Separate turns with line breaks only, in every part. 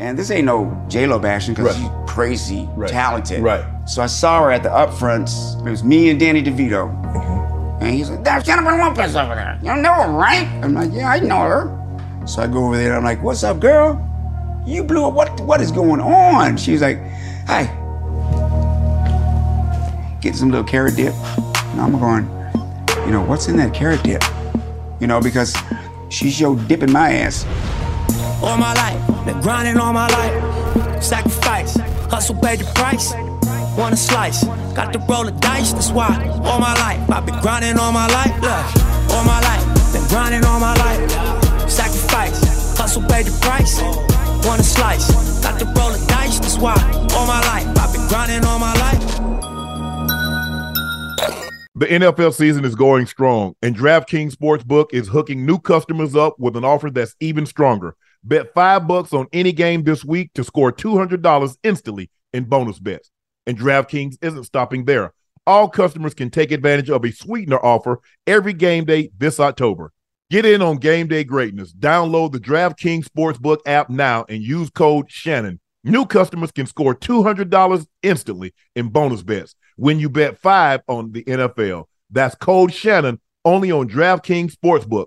And this ain't no J-Lo bashing because
Right.
she's crazy,
Right.
talented.
Right.
So I saw her at the upfronts. It was me and Danny DeVito. And he's like, that's Jennifer Lopez over there. You know her, right? I'm like, yeah, I know her. So I go over there and I'm like, what's up, girl? You blew up. What, what is going on? She's like, hi. Get some little carrot dip. And I'm going, you know, what's in that carrot dip? You know, because she's yo dipping my ass.
all my life. Been grinding all my life. Sacrifice, hustle paid the price. Want a slice, got to roll the dice, that's why. All my life, I've been grinding all my life. Look, all my life, been grinding all my life. Sacrifice, hustle paid the price. Want a slice, got to roll the dice, that's why. All my life, I've been grinding all my life.
The NFL season is going strong, and DraftKings Sportsbook is hooking new customers up with an offer that's even stronger. Bet five bucks on any game this week to score $200 instantly in bonus bets. And DraftKings isn't stopping there. All customers can take advantage of a sweetener offer every game day this October. Get in on game day greatness. Download the DraftKings Sportsbook app now and use code Shannon. New customers can score $200 instantly in bonus bets when you bet five on the NFL. That's code Shannon only on DraftKings Sportsbook,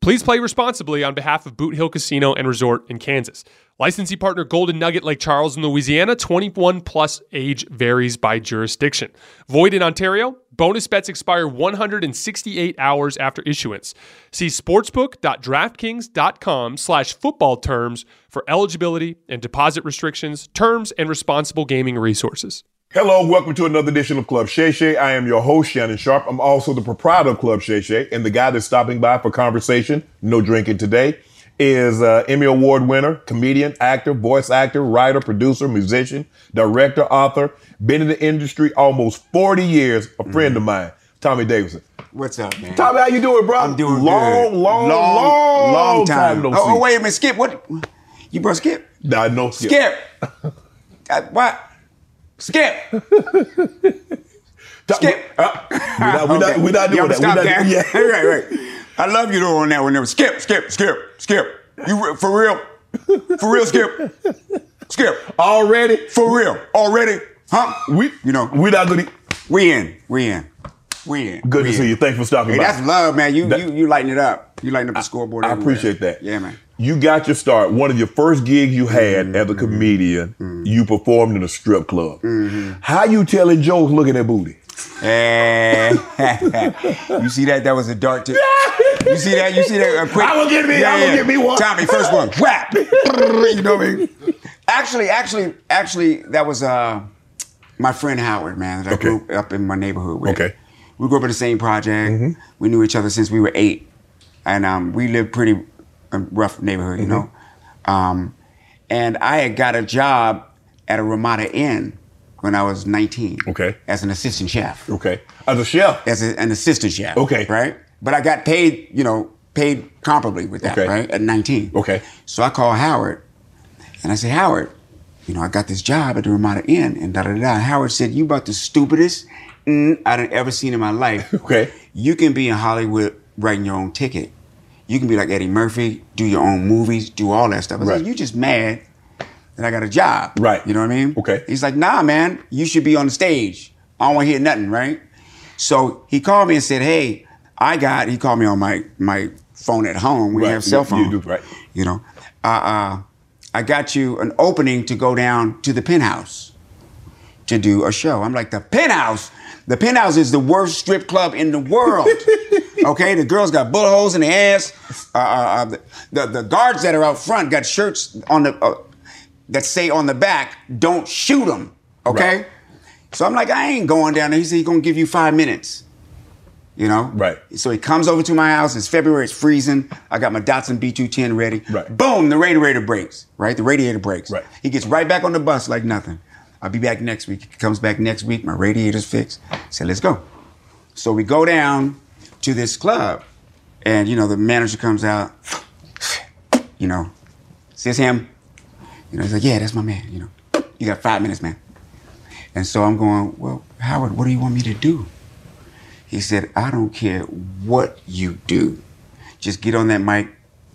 Please play responsibly on behalf of Boot Hill Casino and Resort in Kansas. Licensee partner Golden Nugget Lake Charles in Louisiana, 21 plus age varies by jurisdiction. Void in Ontario, bonus bets expire 168 hours after issuance. See sportsbook.draftkings.com slash football terms for eligibility and deposit restrictions, terms, and responsible gaming resources.
Hello, welcome to another edition of Club Shay Shay. I am your host, Shannon Sharp. I'm also the proprietor of Club Shay Shay, and the guy that's stopping by for conversation, no drinking today, is uh, Emmy Award winner, comedian, actor, voice actor, writer, producer, musician, director, author. Been in the industry almost 40 years, a friend
Mm-hmm.
of mine, Tommy Davidson.
What's up, man?
Tommy, how you doing, bro?
I'm doing
long,
good.
Long, long, long time. no see.
oh, oh, wait a minute, Skip. What? You brought Skip?
Nah, no skip.
Skip. Uh, what? Skip.
Ta-
Skip.
Uh, we're not, we're not, we're not doing
Y'all
that.
Stop
we're
that.
not,
Yeah. right, right. I love you though on that one. There was Skip, Skip, Skip, Skip. You re- for real? For real, Skip. Skip.
Already,
For real. Already? Huh?
we
You know.
we're not gonna.
We in. We in. We in. We
Good to
in.
see you. Thanks for stopping
Hey,
by.
that's love, man. You
That-
you you lighten it up. You lighten up the scoreboard.
I
everywhere.
appreciate that.
Yeah, man. Mm-hmm.
You got your start. One of your first gigs you had as a comedian, you performed in a strip club.
Mm-hmm.
How you telling jokes looking at booty?
Eh. you see that? That was a dark. T- You see that? You see that? A quick,
I will get me- I will get me one.
Tommy, first one. Whap. you know what I mean? Actually, actually, actually, that was uh, my friend Howard, man, that I
Okay.
grew up in my neighborhood with.
Okay. Mm-hmm.
We grew up in the same project. We knew each other since we were eight, and um, we lived pretty a rough neighborhood, you know.
Mm-hmm.
Um, and I had got a job at a Ramada Inn when I was 19.
Okay.
As an assistant chef
Okay. As a chef.
as a, an assistant chef.
Okay.
Right? But I got paid, you know, paid comparably with that,
Okay.
right? At 19.
Okay.
So I call Howard and I say, Howard, you know, I got this job at the Ramada Inn and da da da. da." Howard said, You about the stupidest mm I done ever seen in my life.
Okay.
You can be in Hollywood writing your own ticket. You can be like Eddie Murphy, do your own movies, do all that stuff. I said,
Right.
You just mad that I got a job.
Right.
You know what I mean?
Okay.
He's like, nah, man, you should be on the stage. I don't want to hear nothing, right? So he called me and said, hey, I got, he called me on my, my phone at home. We
Right.
have cell
You- you
phones.
do, right.
You know, uh, uh, I got you an opening to go down to the penthouse to do a show. I'm like, the penthouse? The penthouse is the worst strip club in the world. okay, the girls got bullet holes in the ass. Uh, uh, uh, the, the, the guards that are out front got shirts on the uh, that say on the back, don't shoot them. Okay?
Right.
So I'm like, I ain't going down there. He said, he's gonna give you five minutes. You know?
Right.
So he comes over to my house. It's February. It's freezing. I got my Datsun B210 ready.
Right.
Boom, the radiator breaks. Right? The radiator breaks.
Right.
He gets right back on the bus like nothing. I'll be back next week. He comes back next week. My radiator's fixed. I said, let's go. So we go down to this club. And, you know, the manager comes out. You know, says him. You know, he's like, yeah, that's my man. You know, you got five minutes, man. And so I'm going, well, Howard, what do you want me to do? He said, I don't care what you do. Just get on that mic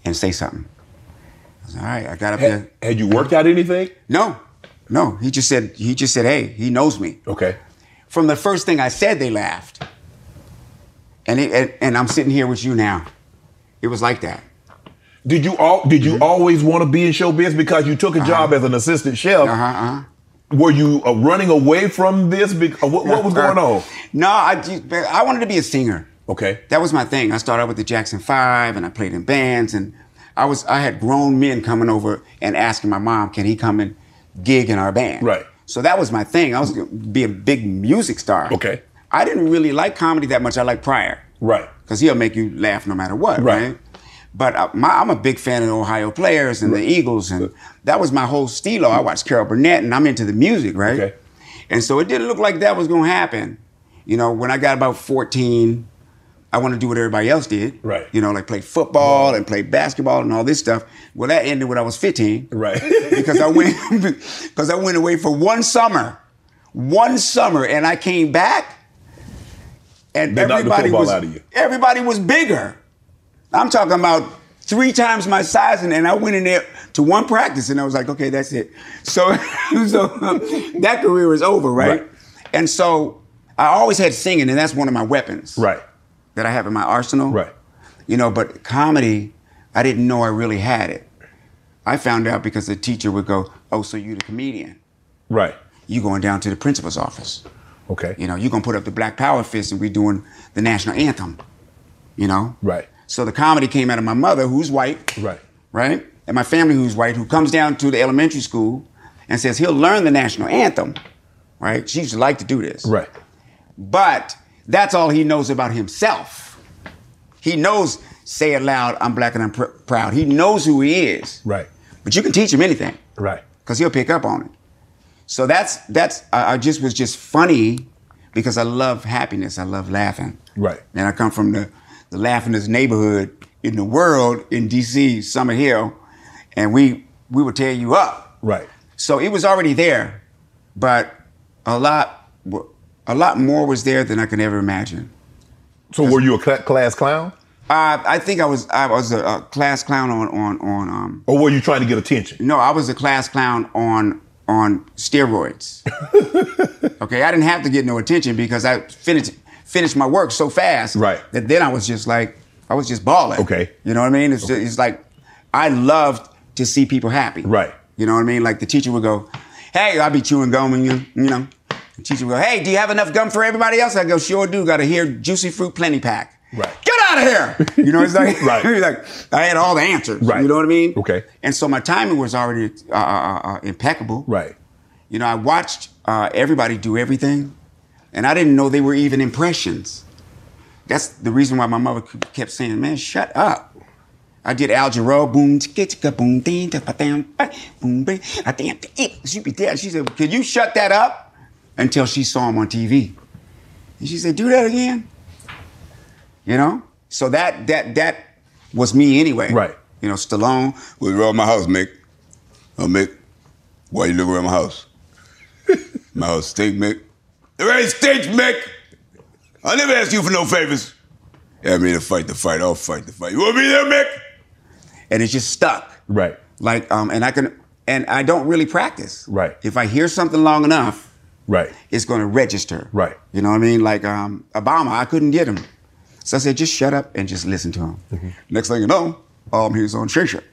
and say something. I was all right, I got up there.
Had, had you worked out anything?
No, no. He just said, he just said, hey, he knows me.
Okay.
From the first thing I said, they laughed. And, it, and, and I'm sitting here with you now. It was like that.
Did you all? Did you
Mm-hmm.
always want to be in show biz because you took a
Uh-huh.
job as an assistant chef?
Uh huh, uh huh.
Were you uh, running away from this? Bec- uh, what, what was
Uh-huh.
going on?
No, I, just- I wanted to be a singer.
Okay.
that was my thing. I started out with the Jackson Five, and I played in bands, and I was I had grown men coming over and asking my mom, "Can he come and gig in our band?"
Right.
So that was my thing. I was gonna be a big music star.
Okay.
I didn't really like comedy that much. I like Pryor.
Right.
Because he'll make you laugh no matter what.
Right.
Right. But I, my, I'm a big fan of the Ohio Players and the Eagles, and that was my whole stilo. I watched Carol Burnett, and I'm into the music, right?
Okay.
And so it didn't look like that was gonna happen. You know, when I got about 14, I wanted to do what everybody else did.
Right.
You know, like play football and play basketball and all this stuff. Well, that ended when I was 15.
Right.
because I went because I went away for one summer. One summer and I came back and
They knocked the
everybody
football
was
out of you.
everybody was bigger. I'm talking about three times my size, and, and I went in there to one practice, and I was like, okay, that's it. So, so that career is over, right?
Right.
And so I always had singing, and that's one of my weapons
Right.
that I have in my arsenal.
Right.
You know, but comedy, I didn't know I really had it. I found out because the teacher would go, oh, so you the comedian.
Right.
You going down to the principal's office.
Okay.
You know, you're gonna put up the Black Power fist and we doing the national anthem. You know?
Right.
So the comedy came out of my mother, who's white,
Right.
right? And my family who's white, who comes down to the elementary school and says he'll learn the national anthem. Right? She used to like to do this.
Right.
But that's all he knows about himself. He knows, say it loud, I'm black and I'm pr- proud. He knows who he is.
Right.
But you can teach him anything
Right.
because he'll pick up on it. So that's that's I, I just was just funny because I love happiness. I love laughing.
Right.
And I come from the the laughingest neighborhood in the world in D.C. Summer Hill, and we we would tear you up.
Right.
So it was already there, but a lot w- a lot more was there than I could ever imagine.
So were you a cla class clown,
Uh, I think I was I was a, a class clown on on on um
or were you trying to get attention?
No, I was a class clown on on steroids. okay, I didn't have to get no attention because I finished finished my work so fast
Right.
that then I was just like I was just balling.
Okay.
you know what I mean? It's, just, it's like I loved to see people happy.
Right.
You know what I mean? Like the teacher would go, "Hey, I'll be chewing gum," and you you know, the teacher would go, "Hey, do you have enough gum for everybody else?" I go, "Sure do. Got a here juicy fruit plenty pack."
Right.
Get out of here. You know, it's like,
Right.
he's like I had all the answers.
Right.
You know what I mean?
Okay.
And so my timing was already uh, uh, uh, impeccable.
Right.
You know, I watched uh, everybody do everything, and I didn't know they were even impressions. That's the reason why my mother ke- kept saying, "Man, shut up." I did Al Jarreau, boom, tika, tika, boom, ding, da, ba, dam, ba, boom, ba, a, dam, da, eh. She be there. She said, "Can you shut that up?" Until she saw him on TV, and she said, "Do that again." You know, so that that that was me anyway.
Right.
You know, Stallone was around my house, Mick. Oh, Mick, why you look around my house? my house stink, Mick. There ain't stink, Mick. I never ask you for no favors. Yeah, I mean, to fight the fight, I'll fight the fight. You want to be there, Mick? And it just stuck.
Right.
Like, um, and I can, and I don't really practice.
Right.
If I hear something long enough,
Right.
it's going to register.
Right.
You know what I mean? Like um, Obama, I couldn't get him. So I said, just shut up and just listen to him. Next thing you know, um, he's on Shisha.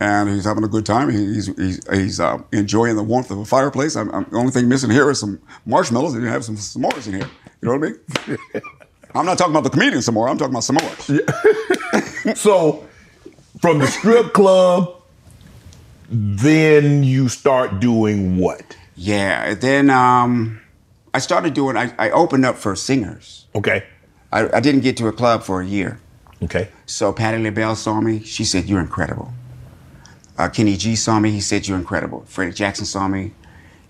And he's having a good time. He- He's, he's, he's uh, enjoying the warmth of a fireplace. I'm, I'm, the only thing missing here is some marshmallows and you have some s'mores in here. You know what I mean? I'm not talking about the comedian s'more. I'm talking about s'mores. Mm.
So, from the strip club, then you start doing what?
Yeah. and Then um, I started doing, I, I opened up for singers.
Okay.
I, I didn't get to a club for a year.
Okay.
So Patty LaBelle saw me. She said, "You're incredible." Uh, Kenny G saw me. He said, "You're incredible." Freddie Jackson saw me.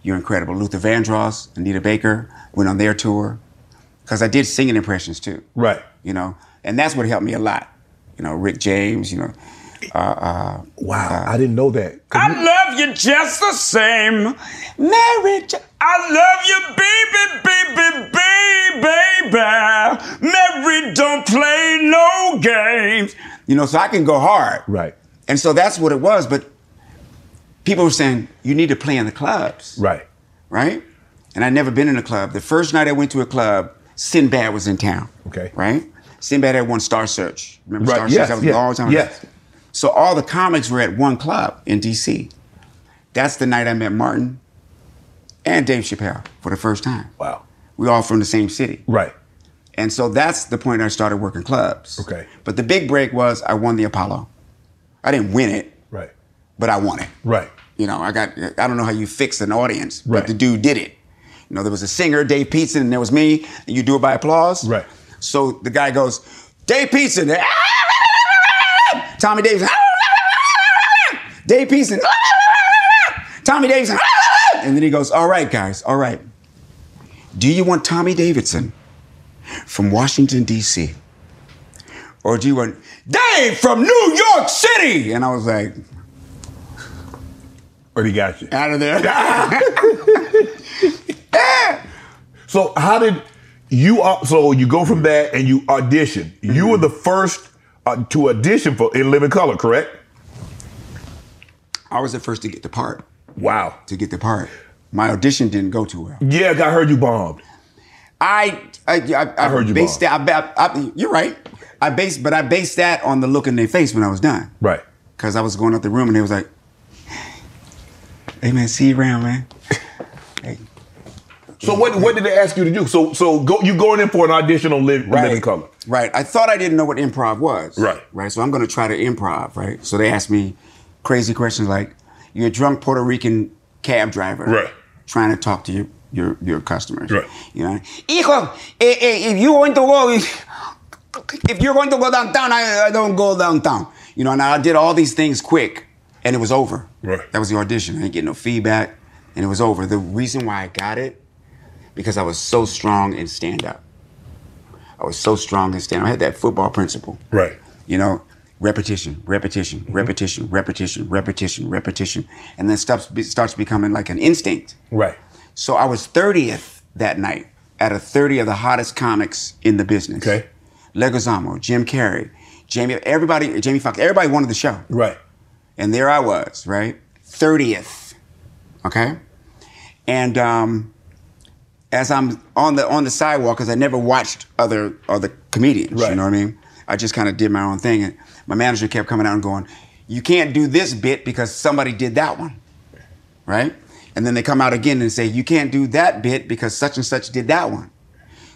You're incredible. Luther Vandross, Anita Baker went on their tour because I did singing impressions too.
Right.
You know, and that's what helped me a lot. You know, Rick James. You know,
Wow. I didn't know that.
Uh, I love you just the same, Mary. J- I love you, baby, baby, baby, Mary. Don't play no games. You know, so I can go hard.
Right.
And so that's what it was. But people were saying, you need to play in the clubs,
Right.
right? And I'd never been in a club. The first night I went to a club, Sinbad was in town.
Okay.
Right? Sinbad had won Star Search. Remember
Right,
Star
yes,
Search? That was
yes,
a long time ago.
yes.
So all the comics were at one club in DC. That's the night I met Martin and Dave Chappelle for the first time.
Wow.
We all from the same city.
Right.
And so that's the point I started working clubs.
Okay.
But the big break was I won the Apollo. I didn't win it,
Right.
but I won it.
Right.
You know, I got I don't know how you fix an audience,
Right.
but the dude did it. You know, there was a singer, Dave Peetson, and there was me, and you do it by applause.
Right.
So the guy goes, Dave Peetson, Tommy Davis, Dave Peetson, Tommy Davidson, and then he goes, All right, guys, all right. Do you want Tommy Davidson from Washington, D.C.? Or do you want Dave from New York City? And I was like,
Or he got you.
out of there.
So how did you? au- So you go from that and you audition. You were the first uh, to audition for In Living Color, correct?
I was the first to get the part.
Wow.
To get the part, my audition didn't go too well.
Yeah, I heard you bombed.
I I, I, I
heard you,
based
Bob.
that. I, I, you're right. I based, but I based that on the look in their face when I was done.
Right.
Cause I was going out the room and they was like, "Hey man, see you around, man." Hey.
So what what did they ask you to do? So so go you going in for an audition on Liv, Living Color.
Right. I thought I didn't know what improv was.
Right.
Right. So I'm going to try to improv. Right. So they asked me crazy questions like, "You're a drunk Puerto Rican cab driver,
Right.
Trying to talk to your your your customers,
Right.
You know, hijo, eh, eh, if you want to go, if you're going to go downtown, I, I don't go downtown. You know, and I did all these things quick, and it was over.
Right.
That was the audition. I didn't get no feedback, and it was over. The reason why I got it, because I was so strong in stand up. I was so strong in stand up. I had that football principle.
Right. Mm-hmm.
You know, repetition, repetition, repetition, repetition, repetition, repetition. And then stuff be- starts becoming like an instinct.
Right.
So I was 30th that night out of 30 of the hottest comics in the business.
Okay.
Leguizamo, Jim Carrey, Jamie, everybody, Jamie Foxx, everybody wanted the show.
Right.
And there I was, right? 30th. Okay? And um, as I'm on the on the sidewalk, because I never watched other other comedians,
Right.
you know what I mean? I just kind of did my own thing. And my manager kept coming out and going, You can't do this bit because somebody did that one. Right? And then they come out again and say, You can't do that bit because such and such did that one.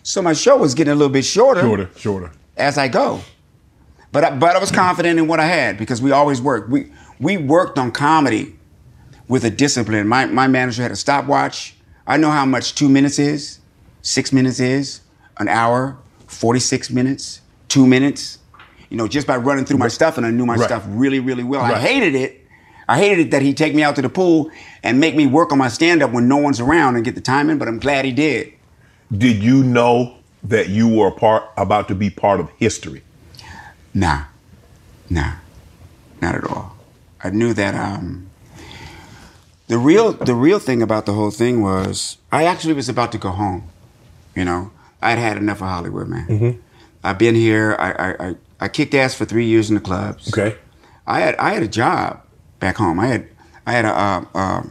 So my show was getting a little bit
Shorter. Shorter.
as I go. But I, but I was confident in what I had because we always worked. We we worked on comedy with a discipline. My my manager had a stopwatch. I know how much two minutes is, six minutes is, an hour, forty six minutes, two minutes. You know, just by running through my stuff, and I knew my
Right.
stuff really really well. I
Right.
hated it. I hated it that he'd take me out to the pool and make me work on my stand up when no one's around and get the time in. But I'm glad he did.
Did you know that you were a part about to be part of history?
Nah, nah, not at all. I knew that. Um, the real, the real thing about the whole thing was I actually was about to go home. You know, I'd had enough of Hollywood, man.
Mm-hmm.
I've been here. I, I, I, I kicked ass for three years in the clubs. I had I had a job back home. I had I had a uh, uh,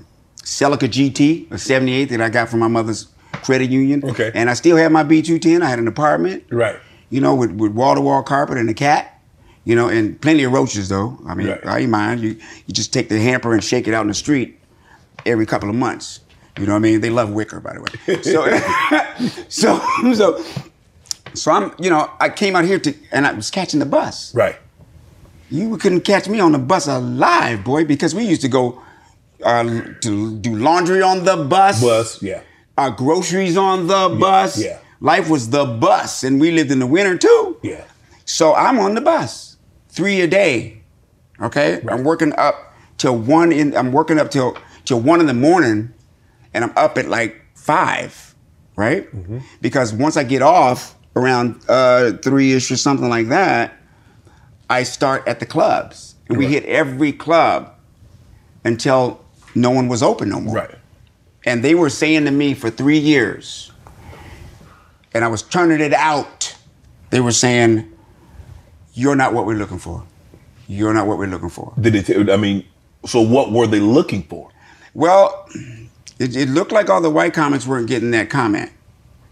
Celica GT, a '78 that I got from my mother's credit union.
Okay.
And I still had my B210. I had an apartment.
Right.
You know, with with wall to wall carpet and a cat. You know, and plenty of roaches though. I mean,
Right.
I ain't mind. You you just take the hamper and shake it out in the street every couple of months. You know what I mean? They love wicker, by the way. So so so so I'm you know I came out here to and I was catching the bus.
Right.
You couldn't catch me on the bus alive, boy, because we used to go uh, to do laundry on the bus,
Bus, yeah.
our groceries on the bus.
yeah.
Life was the bus, and we lived in the winter too.
Yeah.
So I'm on the bus, three a day. Okay, I'm working up till one in. I'm working up till till one in the morning, and I'm up at like five, right? Because once I get off around uh, three ish or something like that, I start at the clubs, and we hit every club until no one was open no more.
Right.
And they were saying to me for three years, and I was turning it out. They were saying, You're not what we're looking for. You're not what we're looking for.
Did it? I mean, so what were they looking for?
Well, it, it looked like all the white comics weren't getting that comment,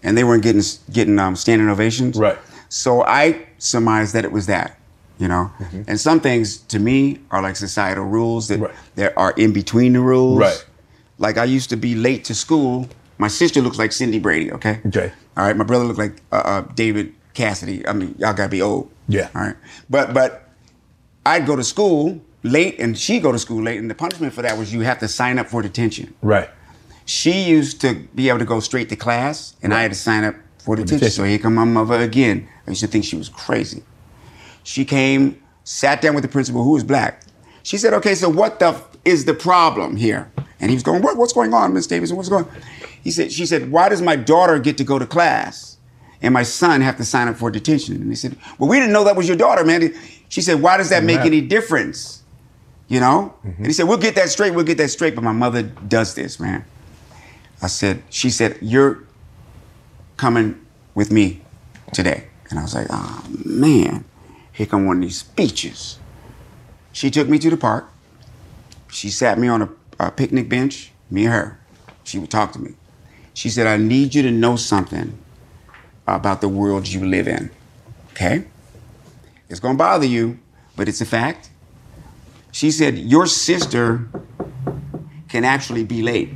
and they weren't getting getting um, standing ovations.
Right.
So I surmised that it was that, you know. And some things to me are like societal rules that
Mm-hmm. Right.
that are in between the rules.
Right.
Like I used to be late to school. My sister looks like Cindy Brady. Okay.
Okay.
All right. My brother looked like uh, uh, David Cassidy. I mean, y'all gotta be old.
Yeah.
All right. But but I'd go to school late and she'd go to school late, and the punishment for that was you have to sign up for detention.
Right.
She used to be able to go straight to class, and I had to sign up for detention.
detention.
So here come my mother again. I used to think she was crazy. She came, sat down with the principal, who was black. She said, "Okay, so what the f- is the problem here?" And he was going, what, "What's going on, Miss Davidson? What's going?" on? He said, "She said, why does my daughter get to go to class, and my son have to sign up for detention?" And he said, "Well, we didn't know that was your daughter, man." She said, "Why does that make any difference?" You know? And he said, "We'll get that straight. We'll get that straight." But my mother does this, man. I said, she said, you're coming with me today. And I was like, oh man, here come one of these speeches. She took me to the park. She sat me on a, a picnic bench, me and her. She would talk to me. She said, I need you to know something about the world you live in. Okay? It's gonna bother you, but it's a fact. She said, Your sister can actually be late.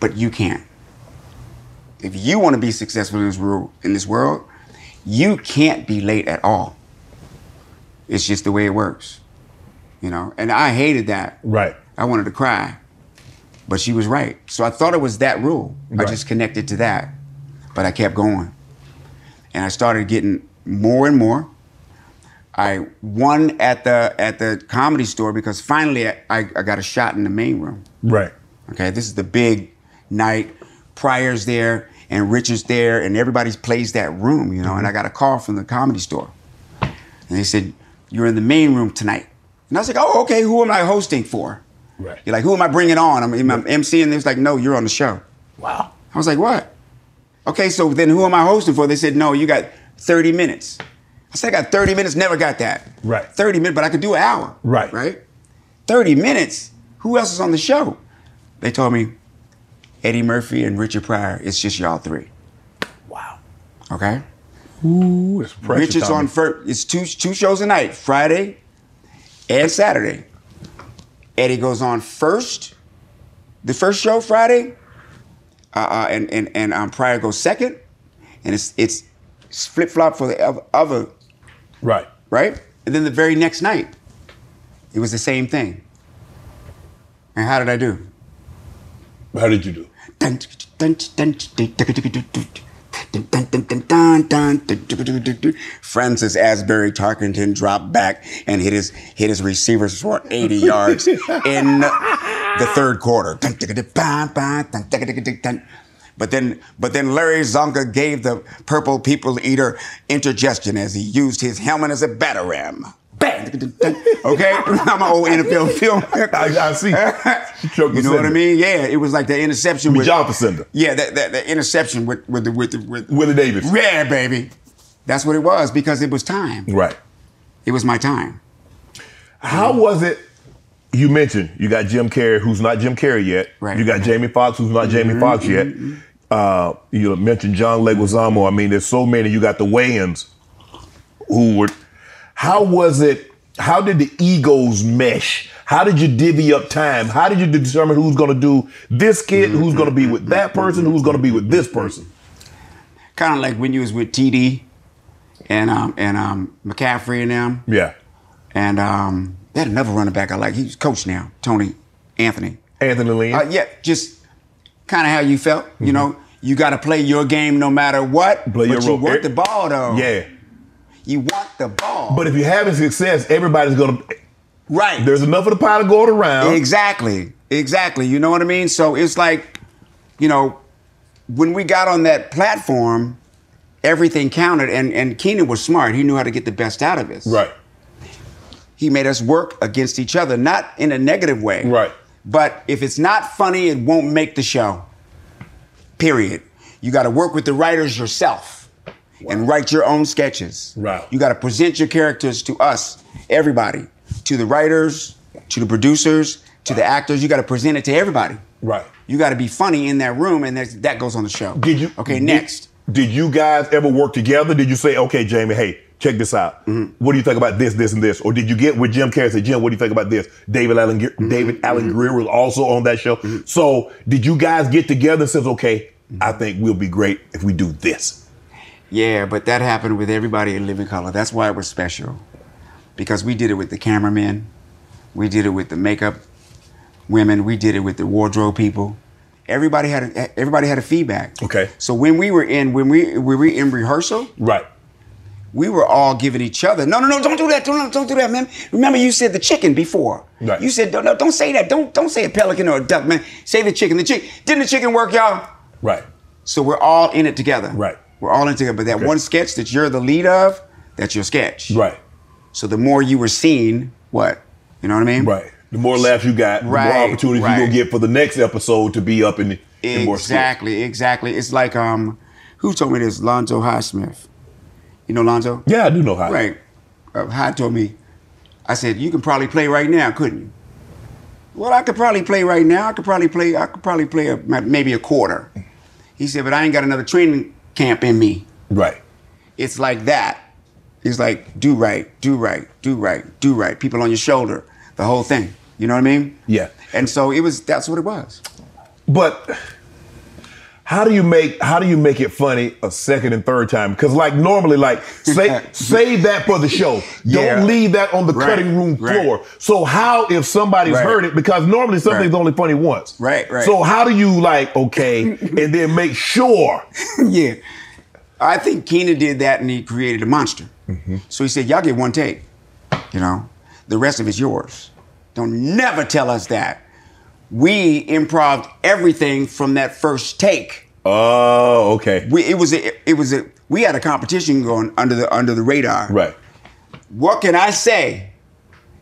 but you can't. If you want to be successful in this world, in this world, you can't be late at all. It's just the way it works, you know. And I hated that.
Right.
I wanted to cry, but she was right. So I thought it was that rule.
Right.
I just connected to that, but I kept going, and I started getting more and more. I won at the at the comedy store because finally I, I, I got a shot in the main room.
Right.
Okay, this is the big night. Pryor's there and Richard's there, and everybody plays that room, you know. And I
Mm-hmm.
got a call from the comedy store, and they said, "You're in the main room tonight." And I was like, "Oh, okay. Who am I hosting for?"
Right.
You're like, "Who am I bringing on?" I'm, I'm MC, and they was like, "No, you're on the show."
Wow.
I was like, "What?" Okay, so then who am I hosting for? They said, "No, you got 30 minutes." I said, "I got 30 minutes. Never got that."
Right.
30 minutes, but I could do an hour.
Right.
Right. 30 minutes. Who else is on the show? They told me Eddie Murphy and Richard Pryor. It's just y'all three.
Wow.
Okay.
Ooh, it's pressure.
Richard's
Tommy.
on first. It's two two shows a night, Friday and Saturday. Eddie goes on first, the first show Friday, uh, uh, and and and um, Pryor goes second, and it's it's flip flop for the oth- other
Right.
right? And then the very next night, it was the same thing. And how did I do?
How did you do?
Dun, dun, dun, dun, dun, dun, dun, dun, dun, dun, dun, dun, dun, dun, dun, dun, dun. Francis Asbury Tarkenton dropped back and hit his hit his receivers for 80 yards in the third quarter. Dun, dun, dun, dun, dun, dun, dun, dun, dun, dun. But then, but then Larry Zonka gave the purple people eater intergestion as he used his helmet as a batter ram. Bang! Dun, dun, dun. Okay, I'm an old NFL filmmaker.
I, I see. Choke
You know what I
Lucinda.
mean? Yeah, it was like the interception
Be
with
job Lucinda.
Yeah, that, that, that interception with with the with the with
Willie Davis.
Yeah, baby. That's what it was because it was time.
Right.
It was my time.
How was it? You mentioned you got Jim Carrey, who's not Jim Carrey yet.
Right.
You got Jamie Foxx, who's not Jamie Foxx yet. Uh, you mentioned John Leguizamo. I mean, there's so many. You got the Wayans, who were. How was it? How did the egos mesh? How did you divvy up time? How did you determine who's going to do this kid, who's going to be with that person, who's going to be with this person?
Kind of like when you was with TD and um and um McCaffrey and them
Yeah,
and um they had another running back I like. He's coach now, Tony Anthony.
Anthony Lynn.
Uh, yeah, just kind of how you felt. You know, you got to play your game no matter what.
Mm-hmm. Play
but
your
you
role. Eh,
want the ball though.
yeah,
you want the ball.
but if you're having success, everybody's going to.
right
There's enough of the pie to go around.
Exactly. Exactly. You know what I mean? So it's like, you know, when we got on that platform, everything counted and, and Keenan was smart. He knew how to get the best out of us.
Right.
He made us work against each other, not in a negative way.
Right.
But if it's not funny, it won't make the show. Period. You gotta work with the writers yourself and write your own sketches.
Right.
You gotta present your characters to us, everybody, to the writers, to the producers, to the actors. You gotta present it to everybody.
Right.
You gotta be funny in that room, and that's, that goes on the show.
Did you?
Okay,
did-
next.
Did you guys ever work together? Did you say, okay, Jamie, hey, check this out.
Mm-hmm.
What do you think about this, this, and this? Or did you get with Jim Carrey and say, Jim, what do you think about this? David Allen, Ge-
Mm-hmm.
David Allen Greer was also on that show. So did you guys get together and says, okay,
Mm-hmm.
I think we'll be great if we do this?
Yeah, but that happened with everybody in Living Color. That's why it was special. Because we did it with the cameramen, we did it with the makeup women, we did it with the wardrobe people. Everybody had a, e, everybody had a feedback.
Okay.
So when we were in when we when we were in rehearsal,
Right.
we were all giving each other. No, no, no, don't do that. Don't, don't do that, man. Remember you said the chicken before.
Right.
You said don't, no, don't say that. Don't don't say a pelican or a duck, man. Say the chicken. The chicken. Didn't the chicken work, y'all?
Right.
So we're all in it together.
Right.
We're all in it together. But that
Okay.
one sketch that you're the lead of, that's your sketch.
Right.
So the more you were seen, what? You know what I mean?
Right. The more laughs you got, the more
Right,
opportunities
right.
you're going to get for the next episode to be up in, the in more skill.
Exactly, exactly. It's like um, who told me this? Lonzo Highsmith. You know Lonzo?
Yeah, I do know how.
Right. Uh, High told me, I said, you can probably play right now, couldn't you? Well, I could probably play right now. I could probably play, I could probably play a, maybe a quarter. He said, but I ain't got another training camp in me.
Right.
it's like that. It's like do right, do right, do right, do right. People on your shoulder, the whole thing. You know what I mean?
Yeah.
And so it was. That's what it was.
But how do you make how do you make it funny a second and third time? Because like normally, like say save that for the show.
Yeah.
Don't leave that on the
Right,
cutting room
right.
floor. So how if somebody's
Right.
heard it? Because normally something's
Right.
only funny once.
Right, right.
So how do you like okay and then make sure?
yeah. I think Keenan did that, and he created a monster.
Mm-hmm.
So he said, "Y'all get one take. You know, the rest of it's yours. Don't never tell us that. We improv everything from that first take."
Oh, okay.
We, it was a, it was a, we had a competition going under the under the radar.
Right.
What can I say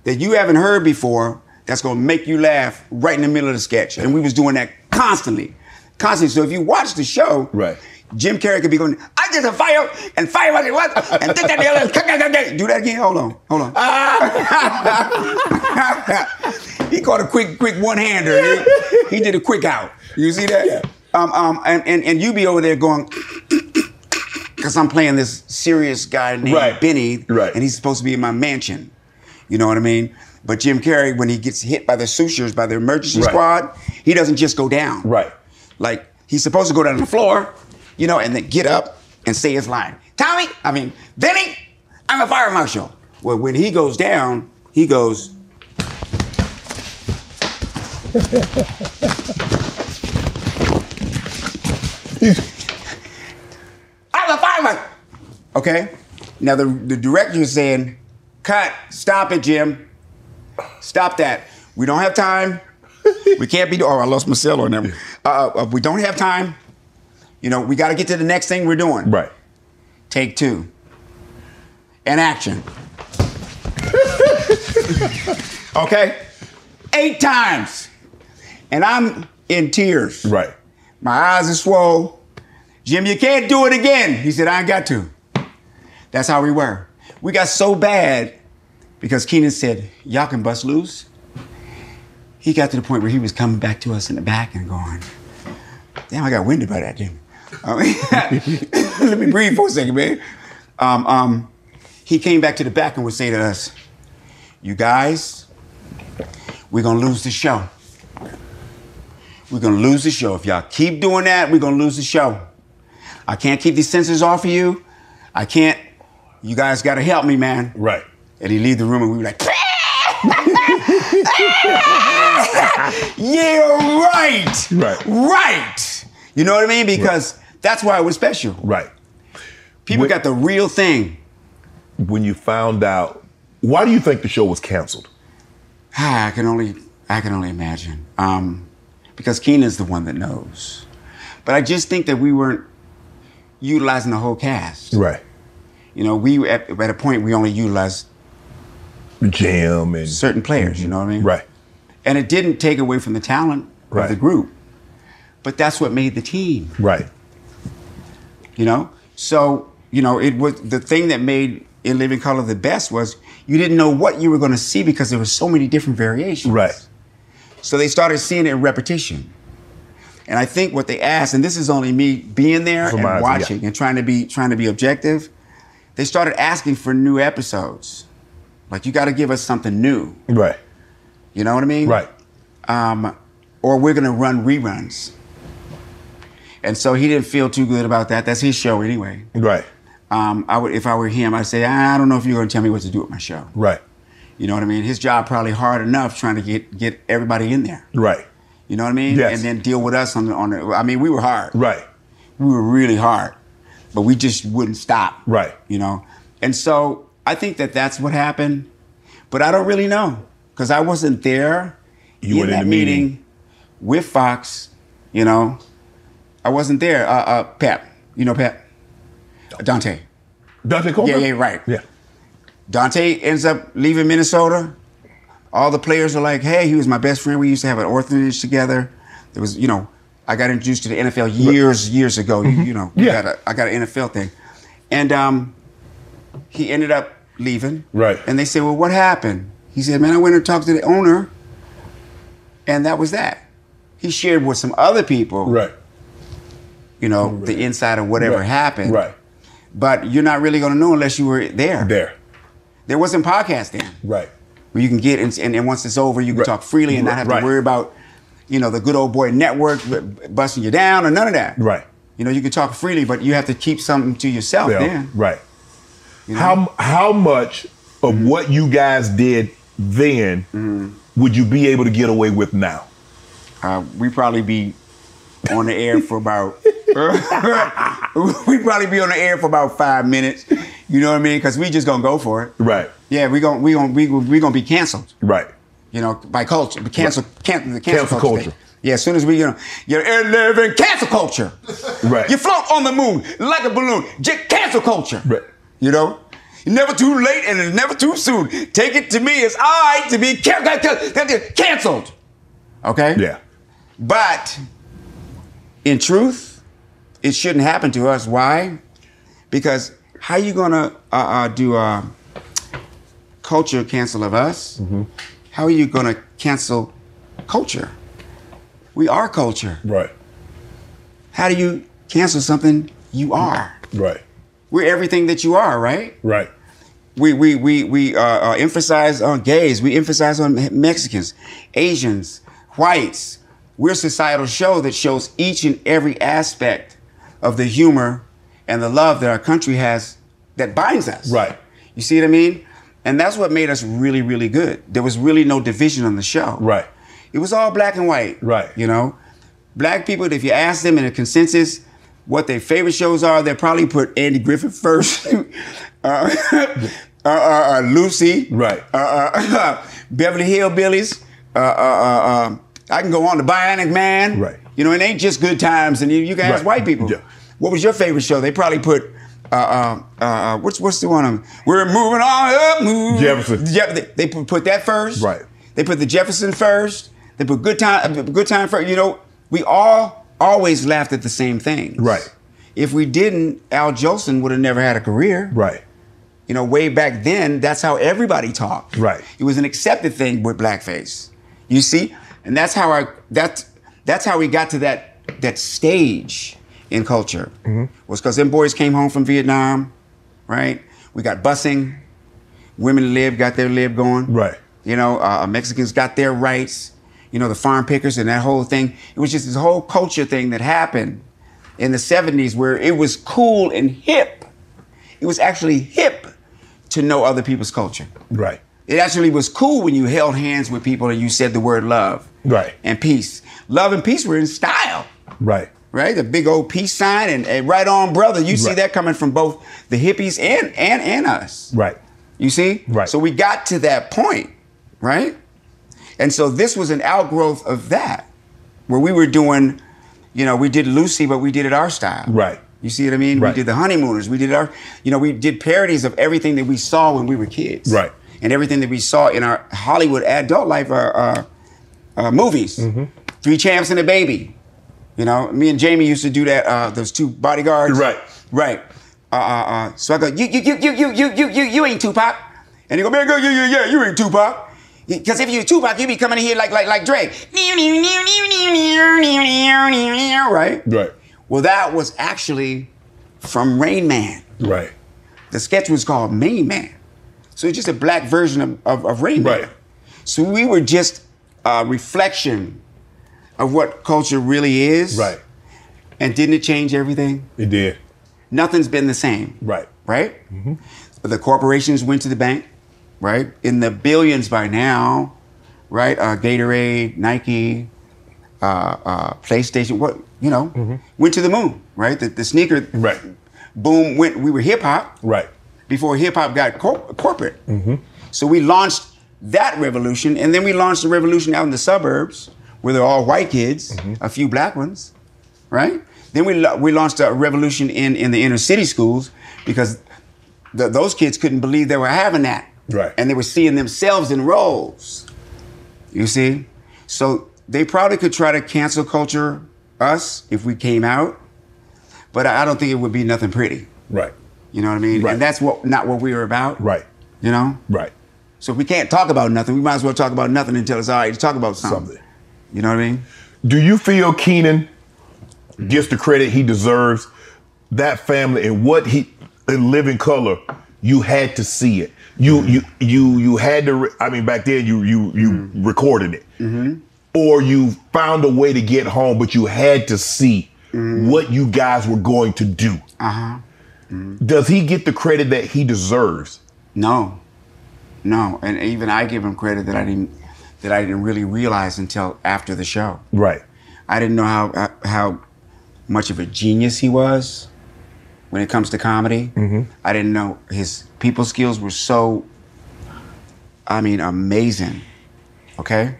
that you haven't heard before that's gonna make you laugh right in the middle of the sketch? And we was doing that constantly. Constantly. So if you watch the show,
Right.
Jim Carrey could be going, I just a fire and fire what it was and did that, the other- do that again. Hold on, hold on.
Ah.
he caught a quick, quick one-hander. He, he did a quick out. You see that? Um, um, and, and, and you be over there going, because I'm playing this serious guy named
Right.
Benny,
Right.
and he's supposed to be in my mansion. You know what I mean? But Jim Carrey, when he gets hit by the sutures by the emergency
Right.
squad, he doesn't just go down.
Right.
Like he's supposed to go down to the floor, you know, and then get up and say his line. Tommy, I mean, Vinny, I'm a fire marshal. Well, when he goes down, he goes. I'm a fire marshal. Okay? Now the, the director is saying, cut, stop it, Jim. Stop that. We don't have time. We can't be. Oh, I lost my cell on them. Uh, uh, we don't have time. You know, we got to get to the next thing we're doing.
Right.
Take two. And action. okay? Eight times. And I'm in tears.
Right.
My eyes are swole. Jim, you can't do it again. He said, I ain't got to. That's how we were. We got so bad because Keenan said, Y'all can bust loose. He got to the point where he was coming back to us in the back and going, Damn, I got winded by that, didn't I? I mean, let me breathe for a second, man. Um, um, he came back to the back and would say to us, You guys, we're going to lose the show. We're gonna lose the show. If y'all keep doing that, we're gonna lose the show. I can't keep these sensors off of you. I can't. You guys gotta help me, man.
Right.
And he leave the room and we were like, Yeah, right.
Right.
Right. You know what I mean? Because that's why it was special.
Right.
People
Wh-
got the real thing.
When you found out, why do you think the show was canceled?
Ah, I can only I can only imagine. Um, because Keenan's the one that knows. But I just think that we weren't utilizing the whole cast.
Right.
You know, we at, at a point we only utilized
Jim and
certain players. You know what I mean?
Mm-hmm. right.
And it didn't take away from the talent
Right.
of the group, but that's what made the team.
Right.
You know, so you know it was the thing that made in Living Color the best was you didn't know what you were going to see because there were so many different variations.
Right.
So they started seeing it in repetition. And I think what they asked, and this is only me being there
From
and
my eyes, yeah.
watching and trying to be trying to be objective, they started asking for new episodes. Like you got to give us something new.
Right.
You know what I mean?
Right.
Um, or we're gonna run reruns. And so he didn't feel too good about that. That's his show anyway.
Right.
Um, I would, if I were him, I'd say, I don't know if you're gonna tell me what to do with my show.
Right.
You know what I mean? His job probably hard enough trying to get get everybody in there.
Right.
You know what I mean?
Yes.
And then deal with us on the, on the, I mean, we were hard.
Right.
We were really hard, but we just wouldn't stop.
Right.
You know? And so I think that that's what happened, but I don't really know because I wasn't there
You
in
weren't in
that
the meeting.
with Fox, you know? I wasn't there. Uh, uh, Pep, you know Pep? Dante.
Dante Coleman.
Yeah, yeah, right.
Yeah.
Dante ends up leaving Minnesota. All the players are like, hey, he was my best friend. We used to have an orphanage together. There was, you know, I got introduced to the NFL years, years ago. You, you know, we
Yeah.
got a, I got an NFL thing. And um, he ended up leaving.
Right.
And they said, well, what happened? He said, man, I went and talked to the owner, and that was that. He shared with some other people,
Right.
you know, the inside of whatever
Right.
happened.
Right.
But you're not really going to know unless you were there.
There.
There wasn't podcast then
Right.
where you can get and, and, and once it's over, you can
Right.
talk freely and not have
Right.
to worry about, you know, the good old boy network b- b- busting you down or none of that.
Right.
You know, you can talk freely, but you have to keep something to yourself
Yeah.
then.
Right. How how much of
Mm-hmm.
what you guys did then would you be able to get away with now?
Uh, we probably be on the air for about. we probably be on the air for about five minutes. You know what I mean? Because we just gonna go for it.
Right.
Yeah, we gonna we gonna we, we gonna be canceled.
Right.
you know, by culture, but cancel, cancel, the cancel,
Cancel
culture.
culture.
thing. Yeah, as soon as we, you know, you're in living cancel culture.
Right.
You float on the moon like a balloon. J- cancel culture.
Right.
You know, never too late and it's never too soon. Take it to me, it's all right to be can- can- can- can- canceled. Okay.
Yeah.
But in truth, it shouldn't happen to us. Why? Because how you gonna uh, uh, do uh, culture cancel of us? How are you gonna cancel culture? We are culture.
Right.
How do you cancel something you are?
Right.
We're everything that you are, right?
Right.
We we we we uh, uh, emphasize on gays. We emphasize on Mexicans, Asians, whites. We're a societal show that shows each and every aspect of the humor and the love that our country has that binds us.
Right.
You see what I mean? And that's what made us really, really good. There was really no division on the show.
Right.
It was all black and white.
Right.
You know, black people, if you ask them in a consensus what their favorite shows are, they'll probably put Andy Griffith first, uh, uh, uh, uh, Lucy,
Right.
uh, uh, Beverly Hillbillies, uh, uh, uh, uh, I can go on, The Bionic Man.
Right.
You know, it ain't just good times. And you, you can ask
Right.
white people,
Yeah.
what was your favorite show? They probably put, uh, uh, uh, uh, what's what's the one? on- We're moving on up. Move.
Jefferson.
Jeff- they, they put put that first.
Right.
They put the Jefferson first. They put good time. uh, Good time first. You know, we all always laughed at the same things.
Right.
If we didn't, Al Jolson would have never had a career.
Right.
You know, way back then, that's how everybody talked.
Right.
It was an accepted thing with blackface. You see, and that's how our that's that's how we got to that that stage in culture
Mm-hmm.
was because them boys came home from Vietnam, right? We got busing, women live got their live going,
Right.
You know, uh, Mexicans got their rights. You know, the farm pickers and that whole thing. It was just this whole culture thing that happened in the '70s where it was cool and hip it was actually hip to know other people's culture.
Right.
It actually was cool when you held hands with people and you said the word love
Right.
and peace. Love and peace were in style,
Right.
right? The big old peace sign and, and right on, brother. You see
Right.
that coming from both the hippies and and and us.
Right.
You see?
Right.
So we got to that point, right? And so this was an outgrowth of that, where we were doing, you know, we did Lucy, but we did it our style.
Right.
You see what I mean?
Right.
We did the honeymooners. We did our, you know, we did parodies of everything that we saw when we were kids.
Right.
And everything that we saw in our Hollywood adult life, our, our, our movies.
Mm-hmm.
Three Champs and a Baby. You know, me and Jamie used to do that. Uh, those two bodyguards.
Right.
Right. Uh, uh, uh. So I go, you, you, you, you, you, you, you, you, you ain't Tupac. And he go, man, go, yeah, yeah, yeah, you ain't Tupac. Because if you Tupac, you be coming in here like, like, like Drake. Right.
Right.
Well, that was actually from Rain Man.
Right.
The sketch was called Main Man. So it's just a black version of, of, of Rain Man.
Right.
So we were just a reflection of what culture really is.
Right.
And didn't it change everything?
It did.
Nothing's been the same.
Right. Mm-hmm.
Right? The corporations went to the bank, right? In the billions by now, right? Uh, Gatorade, Nike, uh, uh, PlayStation, what, you know, went to the moon, right? The, the sneaker
Mm-hmm. Right.
boom went, we were hip hop
Right.
before hip hop got cor- corporate. So we launched that revolution, and then we launched a revolution out in the suburbs where they're all white kids, a few black ones, right? Then we lo- we launched a revolution in in the inner city schools because th- those kids couldn't believe they were having that,
Right.
And they were seeing themselves in roles. You see, so they probably could try to cancel culture us if we came out, but I I don't think it would be nothing pretty.
Right.
You know what I mean?
Right.
And that's what not what we were about.
Right.
You know?
Right.
So if we can't talk about nothing, we might as well talk about nothing until it's all right to talk about something.
Something.
You know what I mean?
Do you feel Keenan gets the credit he deserves? That family and what he in living color, you had to see it. You you you you had to. Re- I mean, back then you you you recorded it, or you found a way to get home, but you had to see what you guys were going to do. Uh huh. Does he get the credit that he deserves?
No. No. And even I give him credit that I didn't that I didn't really realize until after the show.
Right.
I didn't know how how much of a genius he was when it comes to comedy. I didn't know his people skills were so, I mean, amazing. Okay,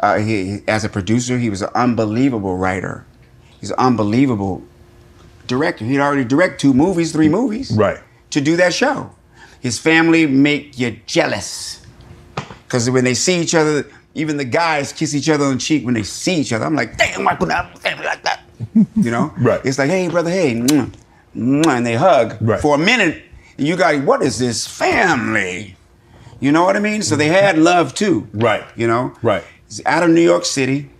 uh, he, he- as a producer, he was an unbelievable writer. He's an unbelievable director. He'd already direct two movies, three movies,
Right.
To do that show, his family make you jealous. Because when they see each other, even the guys kiss each other on the cheek when they see each other. I'm like, damn, I couldn't have a family like that. You know?
Right.
It's like, hey, brother, hey, mwah, mwah, and they hug
Right.
for a minute. And you got, what is this family? You know what I mean? So they had love too.
Right.
You know?
Right.
He's out of New York City,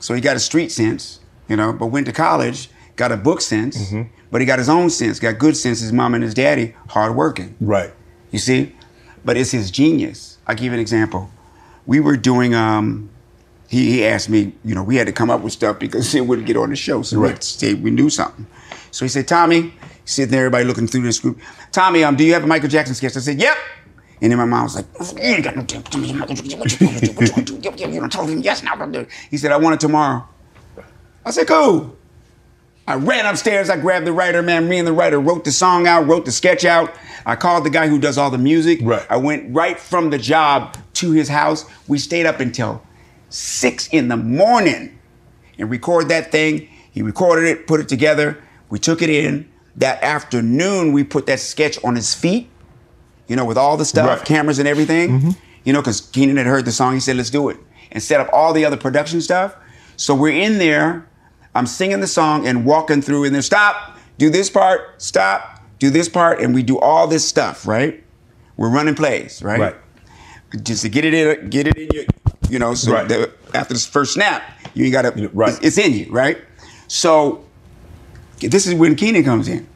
so he got a street sense, you know, but went to college, got a book sense, but he got his own sense, got good sense, his mom and his daddy, hard working.
Right.
You see? But it's his genius. I'll give you an example. We were doing, um, he, he asked me, you know, we had to come up with stuff because it wouldn't get on the show. So we had to say we knew something. So he said, Tommy, he sitting there, everybody looking through this group. Tommy, um, do you have a Michael Jackson sketch? I said, yep. And then my mom was like, you ain't got no time for Michael Jackson. What you gonna do? What you gonna do? You- You you done told him yes, now I'm do it. He said, I want it tomorrow. I said, cool. I ran upstairs, I grabbed the writer, man. Me and the writer wrote the song out, wrote the sketch out. I called the guy who does all the music.
Right.
I went right from the job to his house. We stayed up until six in the morning and record that thing. He recorded it, put it together. We took it in. That afternoon, we put that sketch on his feet, you know, with all the stuff,
Right.
cameras and everything. You know, because Keenan had heard the song. He said, let's do it. And set up all the other production stuff. So we're in there. I'm singing the song and walking through and then stop, do this part, stop, do this part. And we do all this stuff, right? We're running plays, right?
Right.
Just to get it in, get it in your, you know, so
Right.
that uh, after this first snap, you ain't got to,
Right.
it's, it's in you, right? So this is when Keenan comes in.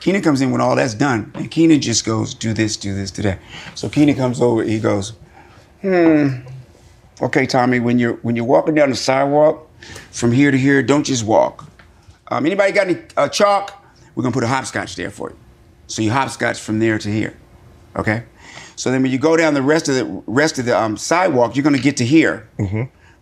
Keenan comes in when all that's done, and Keenan just goes, do this, do this, do that. So Keenan comes over, he goes, hmm, okay, Tommy, when you're when you're walking down the sidewalk from here to here, don't just walk. Um, anybody got any uh, chalk? We're gonna put a hopscotch there for you. So you hopscotch from there to here, okay? So then when you go down the rest of the rest of the um, sidewalk, you're gonna get to here,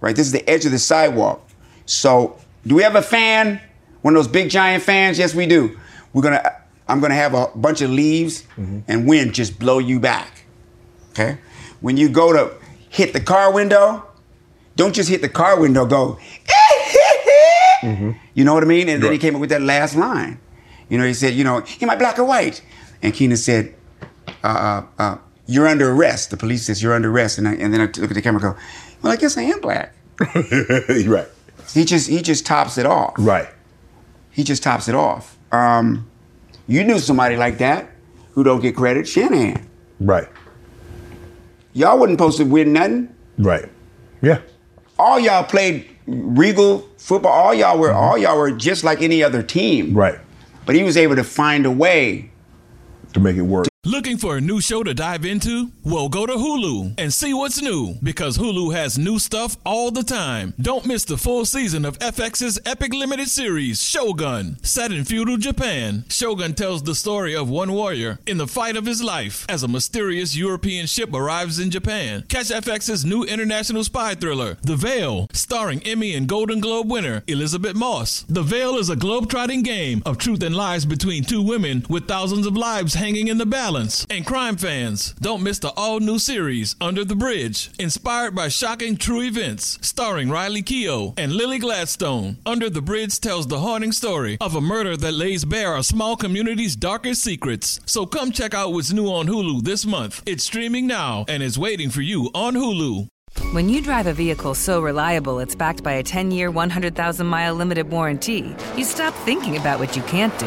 right? This is the edge of the sidewalk. So do we have a fan? One of those big giant fans? Yes, we do. We're gonna. I'm gonna have a bunch of leaves and wind just blow you back. Okay. When you go to hit the car window, don't just hit the car window. Go. You know what I mean? And then he came up with that last line. You know, he said, you know, am I black or white? And Keenan said, uh, uh, uh, you're under arrest. The police says you're under arrest. And, I, and then I look at the camera and go, well, I guess I am black.
right.
He just he just tops it off.
Right.
He just tops it off. Um, you knew somebody like that who don't get credit, Shanahan.
Right.
Y'all wasn't supposed to win nothing.
Right. Yeah.
All y'all played regal football. All y'all were all y'all were just like any other team.
Mm-hmm. Right.
But he was able to find a way.
To make it work.
Looking for a new show to dive into? Well, go to Hulu and see what's new because Hulu has new stuff all the time. Don't miss the full season of FX's epic limited series, Shogun. Set in feudal Japan, Shogun tells the story of one warrior in the fight of his life as a mysterious European ship arrives in Japan. Catch FX's new international spy thriller, The Veil, starring Emmy and Golden Globe winner Elizabeth Moss. The Veil is a globe-trotting game of truth and lies between two women with thousands of lives hanging in the balance. And crime fans, don't miss the all-new series Under the Bridge, inspired by shocking true events, starring Riley Keough and Lily Gladstone. Under the Bridge tells the haunting story of a murder that lays bare a small community's darkest secrets. So come check out what's new on Hulu this month. It's streaming now and is waiting for you on Hulu.
When you drive a vehicle so reliable it's backed by a 10 year, 100,000 mile limited warranty, you stop thinking about what you can't do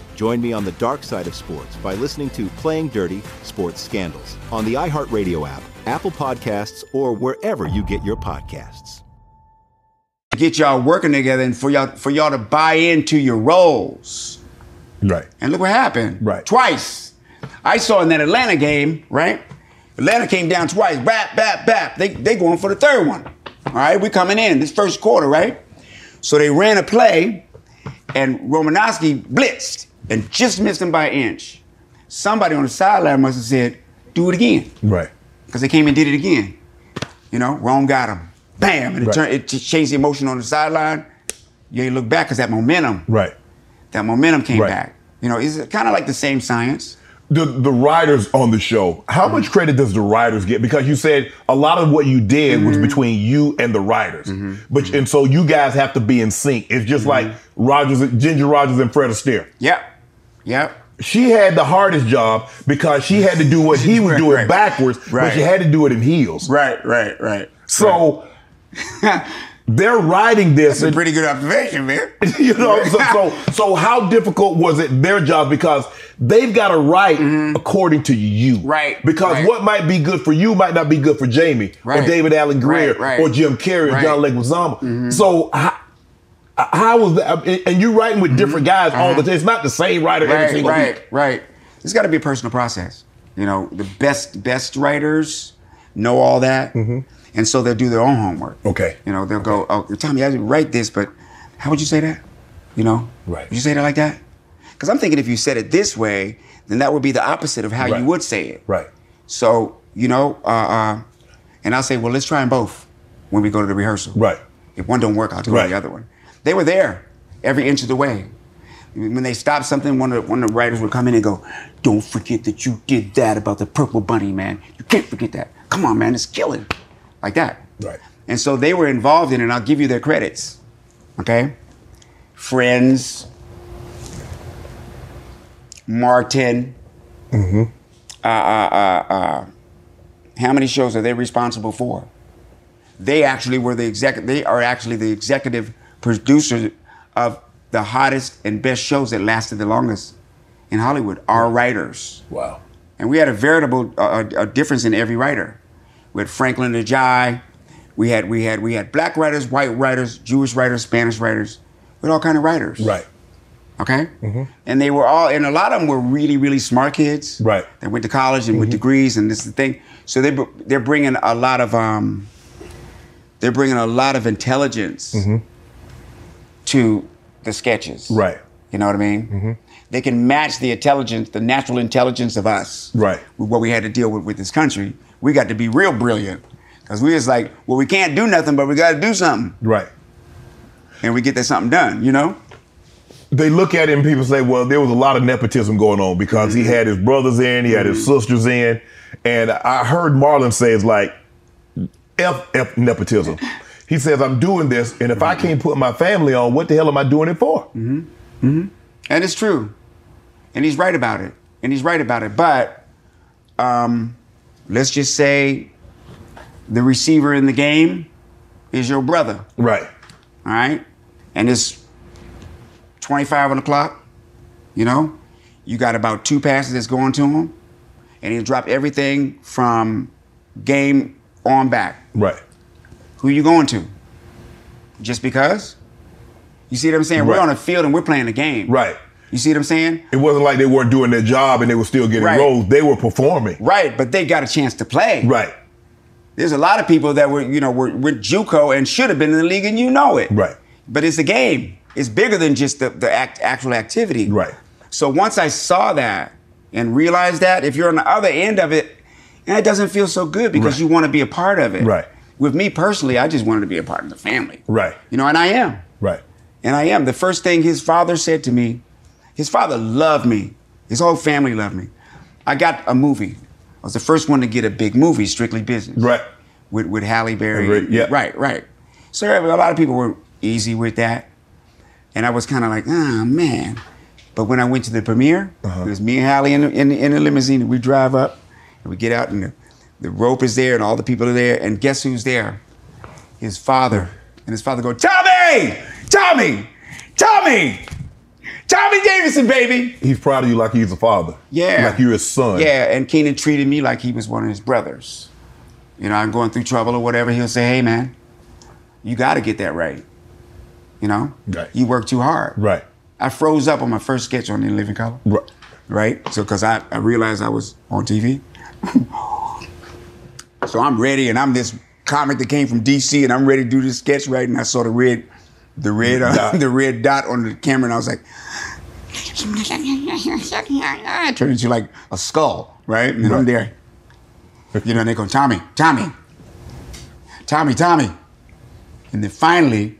Join me on the dark side of sports by listening to Playing Dirty Sports Scandals on the iHeartRadio app, Apple Podcasts, or wherever you get your podcasts.
Get y'all working together and for y'all for y'all to buy into your roles.
Right.
And look what happened.
Right.
Twice. I saw in that Atlanta game, right? Atlanta came down twice. Bap, bap, bap. They they going for the third one. All right, we coming in this first quarter, right? So they ran a play, and Romanowski blitzed and just missed him by an inch. Somebody on the sideline must have said, "Do it again,"
Right.
because they came and did it again. You know, Rome got him. Bam, and it
Right.
turned. It just changed the emotion on the sideline. You ain't look back because that momentum
Right.
that momentum came
Right.
back. You know, it's kind of like the same science.
the the writers on the show. How much
Mm-hmm.
credit does the writers get? Because you said a lot of what you did was
Mm-hmm.
between you and the writers, but and so you guys have to be in sync. It's just
Mm-hmm.
like Rogers, Ginger Rogers, and Fred Astaire.
Yep. Yep.
She had the hardest job because she had to do what he was
Right,
doing
right.
backwards, but
Right.
she had to do it in heels.
Right, right, right.
So they're writing this,
It's a
and
pretty good observation, man.
you know. So, so, so how difficult was it their job because they've got to write according to you,
Mm-hmm. Right,
Because
right.
what might be good for you might not be good for Jamie or
Right.
David Allen Greer
Right, right.
or Jim Carrey
Right. Mm-hmm.
or John Leguizamo. So. How, how was that? And- And you're writing with different guys all the time. It's not the same writer every
Mm-hmm. right,
single
right,
week.
right. It's got to be a personal process. You know, the best best writers know all that, and so they'll do their own homework.
Mm-hmm. Okay.
You know, they'll go, "Oh, Tommy, I didn't write this, but how would you say that? You know,
Right.
Would you say that like that? Because I'm thinking if you said it this way, then that would be the opposite of how
Right.
you would say it.
Right.
So you know, uh, uh, and I'll say, well, let's try them both when we go to the rehearsal.
Right.
If one don't work, I'll do
Right.
the other one. They were there every inch of the way. When they stopped something, one of the, one of the writers would come in and go, "Don't forget that you did that about the purple bunny, man. You can't forget that. Come on, man, it's killing." Like that.
Right.
And so they were involved in it, and I'll give you their credits. Okay? Friends, Martin. Mm-hmm. Uh, uh, uh, uh, how many shows are they responsible for? They actually were the executive, they are actually the executive producers of the hottest and best shows that lasted the longest in Hollywood, our writers.
Wow.
And we had a veritable uh, a, a difference in every writer. We had Franklin Ajay. We had we had we had black writers, white writers, Jewish writers, Spanish writers. We had all kind of writers.
Right.
Okay. Mm-hmm. And they were all, and a lot of them were really really smart kids.
Right. Mm-hmm.
They went to college and with degrees and this and thing. So they br- they're bringing a lot of um. They're bringing a lot of intelligence to the sketches.
Mm-hmm. Right. Mm-hmm.
You know what I mean? They can match the intelligence, the natural intelligence of us.
Right.
With what we had to deal with with this country. We got to be real brilliant. Because we was like, well, we can't do nothing, but we got to do something.
Right.
And we get that something done, you know?
They look at it and people say, well, there was a lot of nepotism going on because
Mm-hmm.
he had his brothers in, he had his sisters in. And I heard Marlon say, it's like, F, F nepotism. He says, I'm doing this, and if I
Mm-hmm.
can't put my family on, what the hell am I doing it for?
And it's true. And he's right about it. And he's right about it. But um, let's just say the receiver in the game is your brother.
Right.
all right? And it's 25 on the clock, you know? You got about two passes that's going to him, and he drop everything from game on back.
Right.
Who you going to? Just because? You see what I'm saying?
Right.
We're on the field and we're playing a game.
Right.
You see what I'm saying?
It wasn't like they weren't doing their job and they were still getting
Right.
roles. They were performing.
Right, but they got a chance to play.
Right.
There's a lot of people that were, you know, were, were JUCO and should have been in the league, and you know it.
Right.
But it's a game. It's bigger than just the, the act, actual activity.
Right.
So once I saw that and realized that, if you're on the other end of it, and it doesn't feel so good because
Right.
you want to be a part of it.
Right.
With me personally, I just wanted to be a part of the family.
Right.
You know, and I am.
Right.
And I am. The first thing his father said to me, his father loved me. His whole family loved me. I got a movie. I was the first one to get a big movie, Strictly Business.
Right.
With, with Halle Berry.
Right, yeah.
Right, right. So a lot of people were easy with that. And I was kind of like, ah, man. But when I went to the premiere, it was me and Halle in the, in, the, in the limousine. and We drive up and we get out, and the, the rope is there, and all the people are there. And guess who's there? his father. And his father go, Tommy! Tommy! Tommy! Tommy Davidson, baby!
He's proud of you like he's a father.
Yeah.
Like you're his son.
Yeah, and Keenan treated me like he was one of his brothers. You know, I'm going through trouble or whatever. He'll say, hey, man, you got to get that right. You know?
Right.
You work too hard.
Right.
I froze up on my first sketch on In Living Color.
Right.
Right? So, because I, I realized I was on TV. so I'm ready, and I'm this comic that came from DC, and I'm ready to do this sketch, right? And I saw the red, the red, uh, the red dot on the camera, and I was like, I turned into like a skull, right? And then I'm there. You know, and they go, Tommy, Tommy, Tommy, Tommy. And then finally,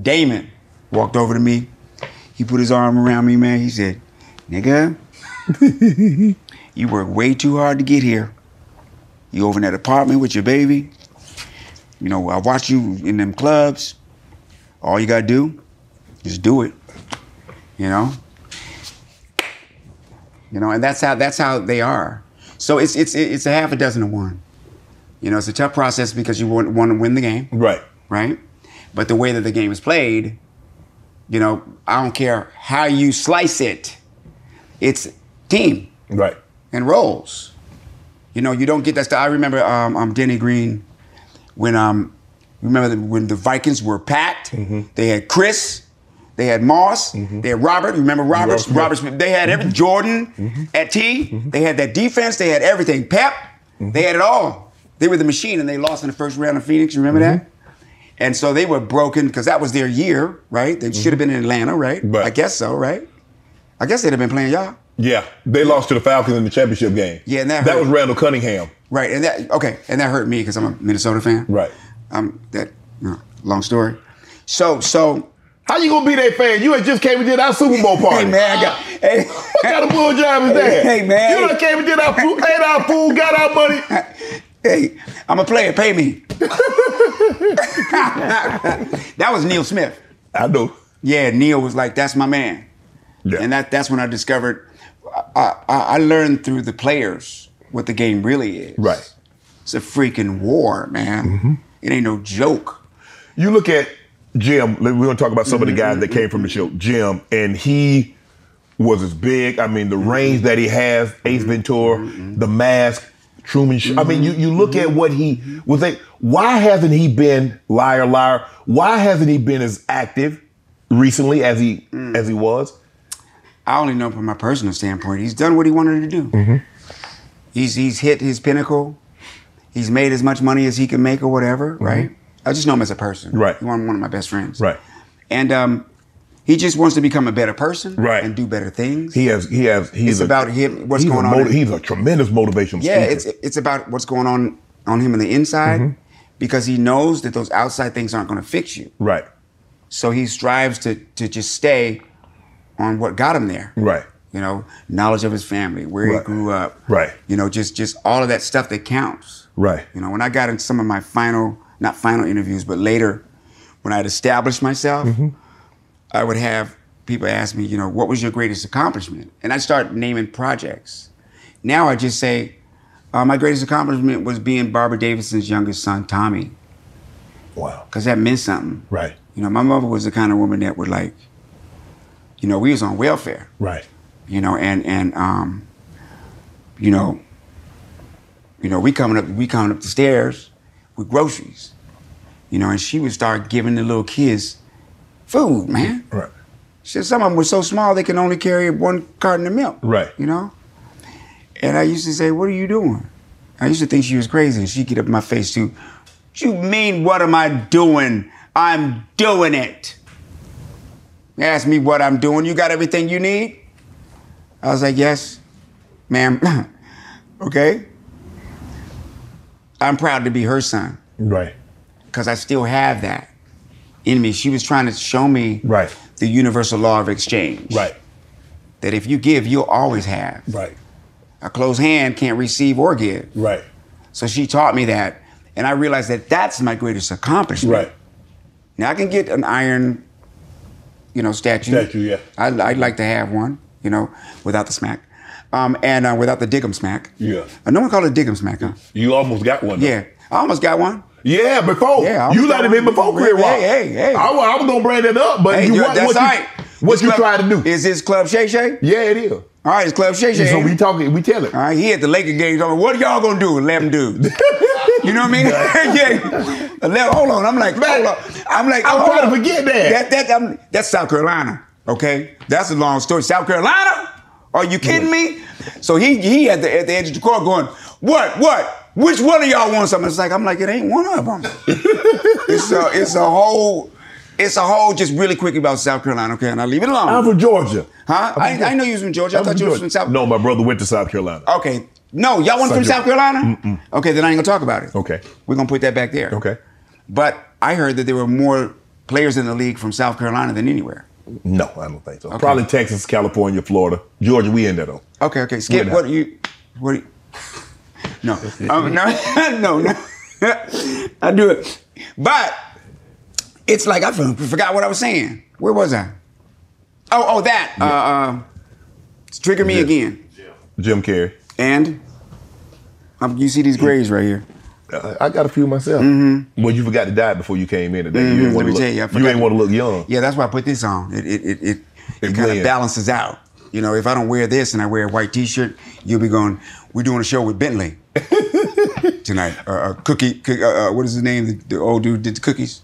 Damon walked over to me. He put his arm around me, man. He said, Nigga, You work way too hard to get here. You over in that apartment with your baby. You know, I watch you in them clubs. All you gotta do is do it. You know? You know, and that's how that's how they are. So it's it's it's a half a dozen to one. You know, it's a tough process because you want, want to win the game
Right.
right? But the way that the game is played, you know, I don't care how you slice it, it's team
Right.
and roles. You know, you don't get that stuff. I remember um, um, Denny Green when um, remember the, when the Vikings were packed. They had Chris, they had Moss, they had Robert. Remember Roberts?
Robert
Roberts. They had every Jordan at T. They had that defense. They had everything. Pep. They had it all. They were the machine, and they lost in the first round of Phoenix. You Remember that? And so they were broken because that was their year, right? They should have been in Atlanta, right?
Right.
I guess so, right? I guess they'd have been playing y'all.
Yeah. They lost to the Falcons in the championship game.
Yeah, and that
that
hurt.
was Randall Cunningham.
Right, and that okay, and that hurt me because I'm a Minnesota fan.
Right.
Um, that you know, long story. So so
How you gonna be that fan? You had just came and did our Super Bowl party.
hey man, I got hey
What kind of bull job is that?
Hey, man.
You done came and did our food, ate our food, got our money.
hey, I'm a player. Pay me. that was Neil Smith.
I know.
Yeah, Neil was like, "That's my man,"
Yeah.
and that that's when I discovered. I, I, I learned through the players what the game really is.
Right. Mm-hmm.
It's a freaking war, man. It ain't no joke.
You look at Jim, we're gonna talk about some of the
Mm-hmm,
guys that came from the show. Jim, and he was as big. I mean, the range that he has,
Mm-hmm,
Ace Ventura, the mask, Truman Show. I mean, you, you look
Mm-hmm,
at what he was like, why hasn't he been liar, liar? Why hasn't he been as active recently as he
Mm.
as he was?
I only know from my personal standpoint. He's done what he wanted to do.
Mm-hmm.
He's he's hit his pinnacle. He's made as much money as he can make or whatever, right? I just know him as a person.
Mm-hmm. Right.
He's one, one of my best friends.
Right.
And um, he just wants to become a better person.
Right.
And do better things.
He has he has he's
It's
a-
about him- what's
he's
going
a
on
moti-
in-
he's a tremendous motivational
yeah,
speaker.
it's it's about what's going on on him on the inside
Mm-hmm.
because he knows that those outside things aren't going to fix you.
right.
So he strives to to just stay on what got him there.
Right.
You know, knowledge of his family, where
Right.
he grew up.
Right.
You know, just just all of that stuff that counts.
Right.
You know, when I got in some of my final, not final interviews, but later, when I had established myself,
Mm-hmm.
I would have people ask me, you know, what was your greatest accomplishment? And I start naming projects. Now I just say, uh, my greatest accomplishment was being Barbara Davidson's youngest son, Tommy,
Wow.
because that meant something.
Right.
You know, my mother was the kind of woman that would like, you know, we was on welfare
Right.
you know, and and um, you know, you know, we coming up, we coming up the stairs with groceries, you know, and she would start giving the little kids food, man.
Right.
She, some of them were so small they can only carry one carton of milk.
Right.
You know, and I used to say, "What are you doing?" I used to think she was crazy, and she'd get up in my face too. You mean what am I doing? I'm doing it. Ask me what I'm doing. You got everything you need? I was like, yes, ma'am. okay. I'm proud to be her son
Right.
because I still have that in me. She was trying to show me
Right.
the universal law of exchange.
Right.
That if you give, you'll always have.
Right.
A closed hand can't receive or give.
Right.
So she taught me that. And I realized that that's my greatest accomplishment.
Right.
Now I can get an iron, you know, statue.
Statue, yeah.
I, I'd like to have one, you know, without the smack, um, and uh, without the dig'em smack.
Yeah.
Uh, no one called it dig'em smack, huh?
You almost got one. though.
Yeah. I almost got one.
Yeah, before.
Yeah, I
you
was
let him
gonna-
in before Career
Hey,
Rock.
hey, hey.
I, wa- I was gonna bring that up, but
Hey,
you
yo,
what,
that's
what
all
you,
right.
What
This
you
club-
try to do?
Is this Club Shay Shay?
yeah, it is.
All right, it's Uh-uh. Club Shay Shay.
So
ain't
we
it?
talking. We tell it.
All right, he at the Laker game talking, what y'all gonna do? Let him do. you know what I mean? yeah. Let- hold on. I'm like, hold on. I'm like,
I'm
oh, hold
trying to
on.
forget that.
That, that, I'm- that's South Carolina, okay? That's a long story. South Carolina? Are you kidding me? So he he at the, at the edge of the court going, what, what? Which one of y'all wants something? It's like, I'm like, it ain't one of them. it's, a, it's a whole, it's a whole, just really quick about South Carolina, okay? And I leave it alone.
I'm from Georgia.
Huh?
I'm
I,
from
I know you was from Georgia. I
I'm
thought you was
Georgia.
from South. Oh.
No, my brother went to South Carolina.
Okay. No, y'all want
South
from South Carolina? Okay, then I ain't gonna talk about it.
Okay.
We're gonna put that back there.
Okay.
But I heard that there were more players in the league from South Carolina than anywhere.
No, I don't think so. Probably Texas, California, Florida, Georgia. We in there though.
Okay, okay. Skip
Yeah.
what you What? do you- no, um, no, no, no. I do it, but it's like I for- forgot what I was saying. Where was I? Oh, oh, that. Uh, uh, it's trigger me
Yeah.
again.
Jim Carrey.
And um, you see these grays right here.
I, I got a few myself. Well, you forgot to die before you came in today. You
Mhm,
ain't want
Mm-hmm. let me
to look,
tell you, I
you
forgot
ain't
to-
want to look young.
Yeah, that's why I put this on. It it it, it,
It
it kind
blends.
of balances out. You know, if I don't wear this and I wear a white T-shirt, you'll be going. We're doing a show with Bentley tonight. Uh, uh, cookie, cook, uh, uh, what is his name? The, the old dude did the cookies.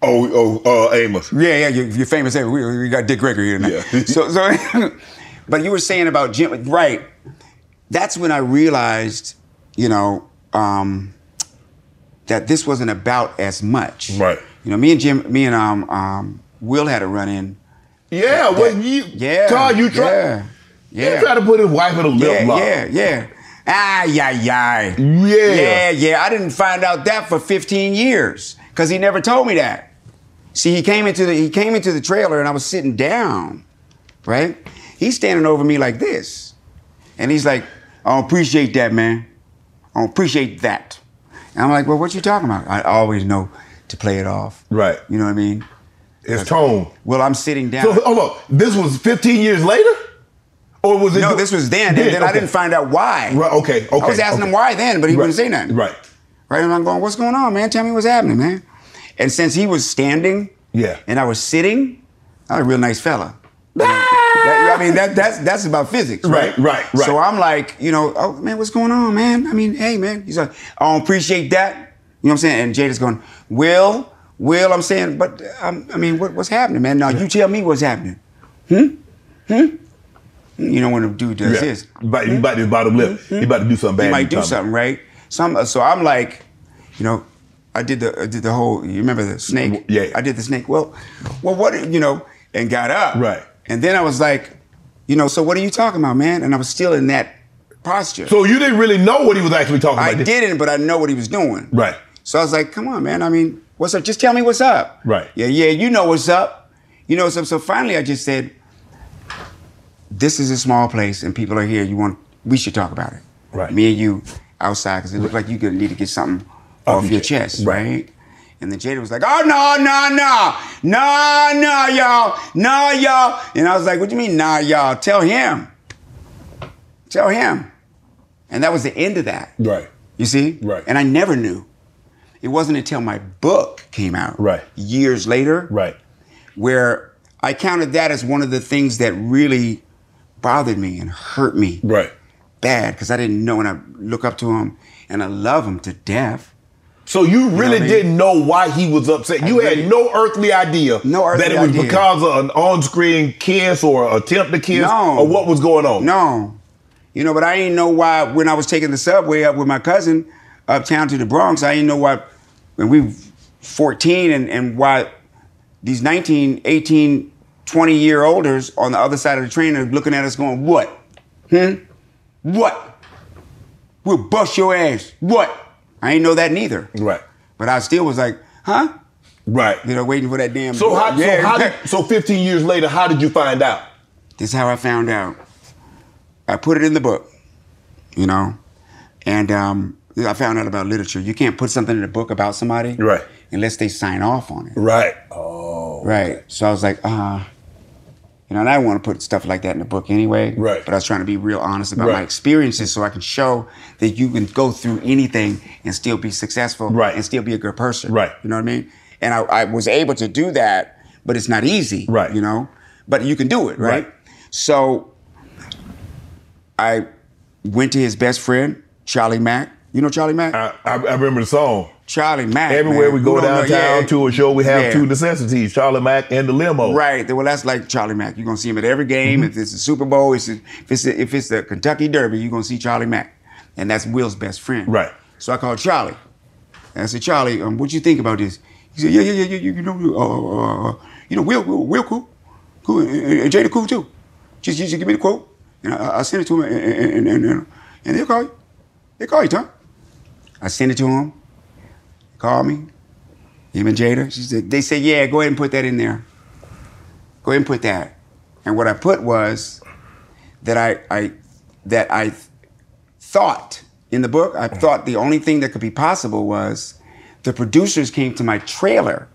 Oh, oh, uh, Amos.
Yeah, yeah, you're, you're famous. Hey, We, we got Dick Gregory here tonight.
Yeah.
so, so, but you were saying about Jim, right? That's when I realized, you know, um, that this wasn't about as much.
Right.
You know, me and Jim, me and um, um, Will had a run in.
Yeah, well, you,
Yeah.
Todd, you try,
Yeah.
you
Yeah.
try to put his wife in a lip
yeah,
lock.
yeah, yeah. Ah, yeah, yeah.
Yeah.
Yeah, yeah. I didn't find out that for 15 years because he never told me that. See, he came into the he came into the trailer and I was sitting down, right? He's standing over me like this, and he's like, "I don't appreciate that, man. I don't appreciate that." And I'm like, "Well, what you talking about?" I always know to play it off,
Right.
You know what I mean?
His tone.
Well, I'm sitting down.
So, hold on. This was 15 years later? Or was it?
No, this was then, and then I
okay.
didn't find out why.
Right, okay, okay.
I was asking
okay.
him why then, but he
Right,
wouldn't say nothing.
Right.
Right? And I'm going, what's going on, man? Tell me what's happening, man. And since he was standing,
Yeah.
and I was sitting, I'm a real nice fella. That- I mean, that, that's that's about physics, right?
Right, right, right.
So I'm like, you know, oh man, what's going on, man? I mean, hey, man. He's like, I don't appreciate that. You know what I'm saying? And Jada's going, Will, Will. I'm saying, but um, I mean, what, what's happening, man? Now you tell me what's happening. Hmm? Hmm? You know when a dude does
Yeah.
this,
You about, you about to bottom lip. You about to do something bad.
you
in
might do
public.
something, right? So I'm, so I'm like, you know, I did the I did the whole. You remember the snake?
Yeah.
I did the snake. Well, well, what you know, and got up.
Right.
And then I was like, you know, so what are you talking about, man? And I was still in that posture.
So you didn't really know what he was actually talking
I
about.
didn't, but I know what he was doing.
Right.
So I was like, come on, man. I mean, what's up? Just tell me what's up.
Right.
Yeah, yeah, you know what's up. You know what's up. So finally I just said, this is a small place and people are here. You want we should talk about it.
Right.
Me and you outside, because it looked like you gonna need to get something off,
Off your
your
chest.
chest,
Right.
right? And then Jada was like, oh no, no, no, no, no, y'all, no, y'all. And I was like, what do you mean, nah, y'all? Tell him. Tell him. And that was the end of that.
Right.
You see?
Right.
And I never knew. It wasn't until my book came out,
Right.
years later,
Right.
where I counted that as one of the things that really bothered me and hurt me
Right.
bad because I didn't know. And I look up to him and I love him to death.
So you really
I mean?
didn't know why he was upset. You
really-
had no earthly idea
No earthly
that it was
idea.
because of an on-screen kiss or attempt to kiss
No.
or what was going on.
No, you know, but I didn't know why when I was taking the subway up with my cousin uptown to the Bronx, I didn't know why when we 14 and, and why these 19, 18, 20 year olders on the other side of the train are looking at us going, what? Hmm? What? We'll bust your ass. What? I ain't know that neither.
Right.
But I still was like, huh?
Right.
You know, waiting for that damn.
So how, so,
Yeah.
how did, so 15 years later, how did you find out?
this is how I found out. I put it in the book, you know, and um, I found out about literature. You can't put something in a book about somebody,
Right.
Unless they sign off on it,
Right. Oh.
right? So I was like, ah, you know, and I didn't want to put stuff like that in the book anyway,
Right.
But I was trying to be real honest about my
Right.
experiences, so I can show that you can go through anything and still be successful,
Right.
And still be a good person,
Right.
You know what I mean? And I, I was able to do that, but it's not easy,
Right.
You know, but you can do it,
Right.
right. So I went to his best friend, Charlie Mack. You know Charlie Mack?
I, I, I remember the song.
Charlie Mack.
Uh, Everywhere
man.
we go
Who don't know-
downtown
yeah.
to a show, we have
Yeah.
two necessities: Charlie Mack and the limo.
Right. Well, that's like Charlie Mack. You're gonna see him at every game. If it's the Super Bowl, it's if it's the, if it's the Kentucky Derby, you're gonna see Charlie Mack, and that's Will's best friend.
Right.
So I called Charlie, and I said, Charlie, um, what you think about this? He said, Yeah, yeah, yeah, yeah. You, you know, uh, uh, uh, you know, Will, Will, Will, cool, cool, and, and and Jada cool too. Just, just give me the quote, and I- I, I send it to him, and and, and, and and they'll call you. They call you, Tom. I send it to him. Call me. Him and Jada. She said, they said, yeah, go ahead and put that in there. Go ahead and put that. And what I put was that I, I that I thought in the book, I thought the only thing that could be possible was the producers came to my trailer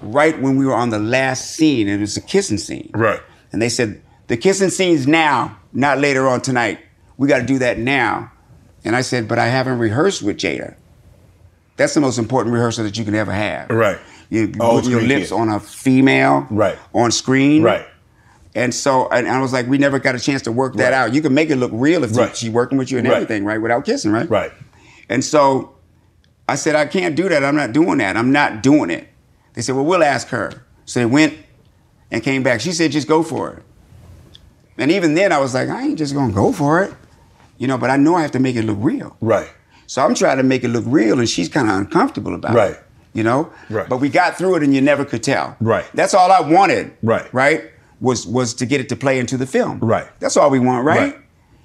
right when we were on the last scene. It was the kissing scene.
Right.
And they said, the kissing scene's now, not later on tonight. We got to do that now. And I said, but I haven't rehearsed with Jada. That's the most important rehearsal that you can ever have.
Right.
You
Oh,
put your
screen
lips
kid.
on a female.
Right.
On screen.
Right.
And so, and I was like, we never got a chance to work that
Right.
out. You can make it look real if you-
Right.
she working with you and
Right.
everything, right? Without kissing, right?
Right.
And so I said, I can't do that. I'm not doing that. I'm not doing it. They said, well, we'll ask her. So they went and came back. She said, just go for it. And even then, I was like, I ain't just gonna go for it, you know. But I know I have to make it look real.
Right.
So I'm trying to make it look real, and she's kind of uncomfortable about
Right.
it. You know?
Right.
But we got through it, and you never could tell.
Right.
That's all I wanted.
Right.
Right? Was was to get it to play into the film.
Right.
That's all we want, right?
Right.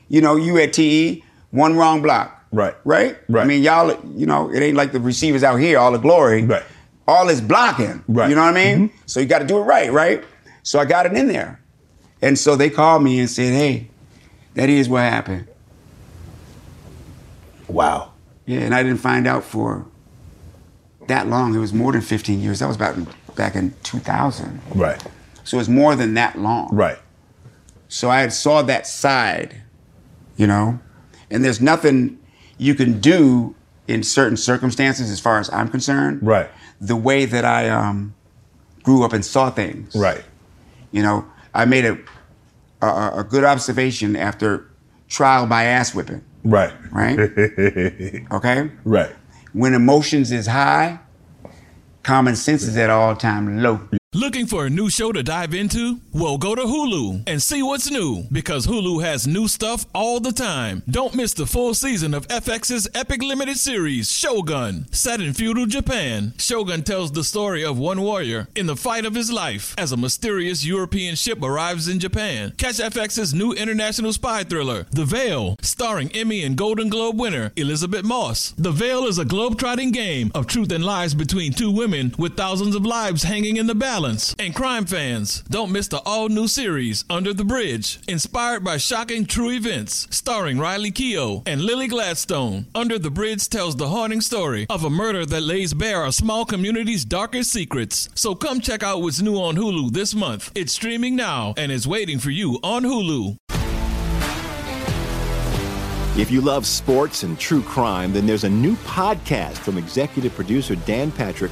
You know, you at TE, one wrong block.
Right.
Right?
Right.
I mean, y'all, you know, it ain't like the receivers out here, all the glory.
Right.
All is blocking.
Right. Mm-hmm.
You know what I mean? So you got to do it right, right? So I got it in there. And so they called me and said, hey, that is what happened.
Wow.
Yeah, and I didn't find out for that long. It was more than 15 years. That was about in- back in 2000.
Right.
So it's more than that long.
Right.
So I had saw that side, you know, and there's nothing you can do in certain circumstances, as far as I'm concerned.
Right.
The way that I um, grew up and saw things.
Right.
You know, I made a, a- a, a good observation after trial by ass whipping,
Right.
right? okay?
Right.
When emotions is high, common sense is at all time low.
Looking for a new show to dive into? Well, go to Hulu and see what's new because Hulu has new stuff all the time. Don't miss the full season of FX's epic limited series, Shogun. Set in feudal Japan, Shogun tells the story of one warrior in the fight of his life as a mysterious European ship arrives in Japan. Catch FX's new international spy thriller, The Veil, starring Emmy and Golden Globe winner Elizabeth Moss. The Veil is a globe-trotting game of truth and lies between two women with thousands of lives hanging in the balance. And crime fans, don't miss the all-new series Under the Bridge, inspired by shocking true events, starring Riley Keough and Lily Gladstone. Under the Bridge tells the haunting story of a murder that lays bare a small community's darkest secrets. So come check out what's new on Hulu this month. It's streaming now and is waiting for you on Hulu.
If you love sports and true crime, then there's a new podcast from executive producer Dan Patrick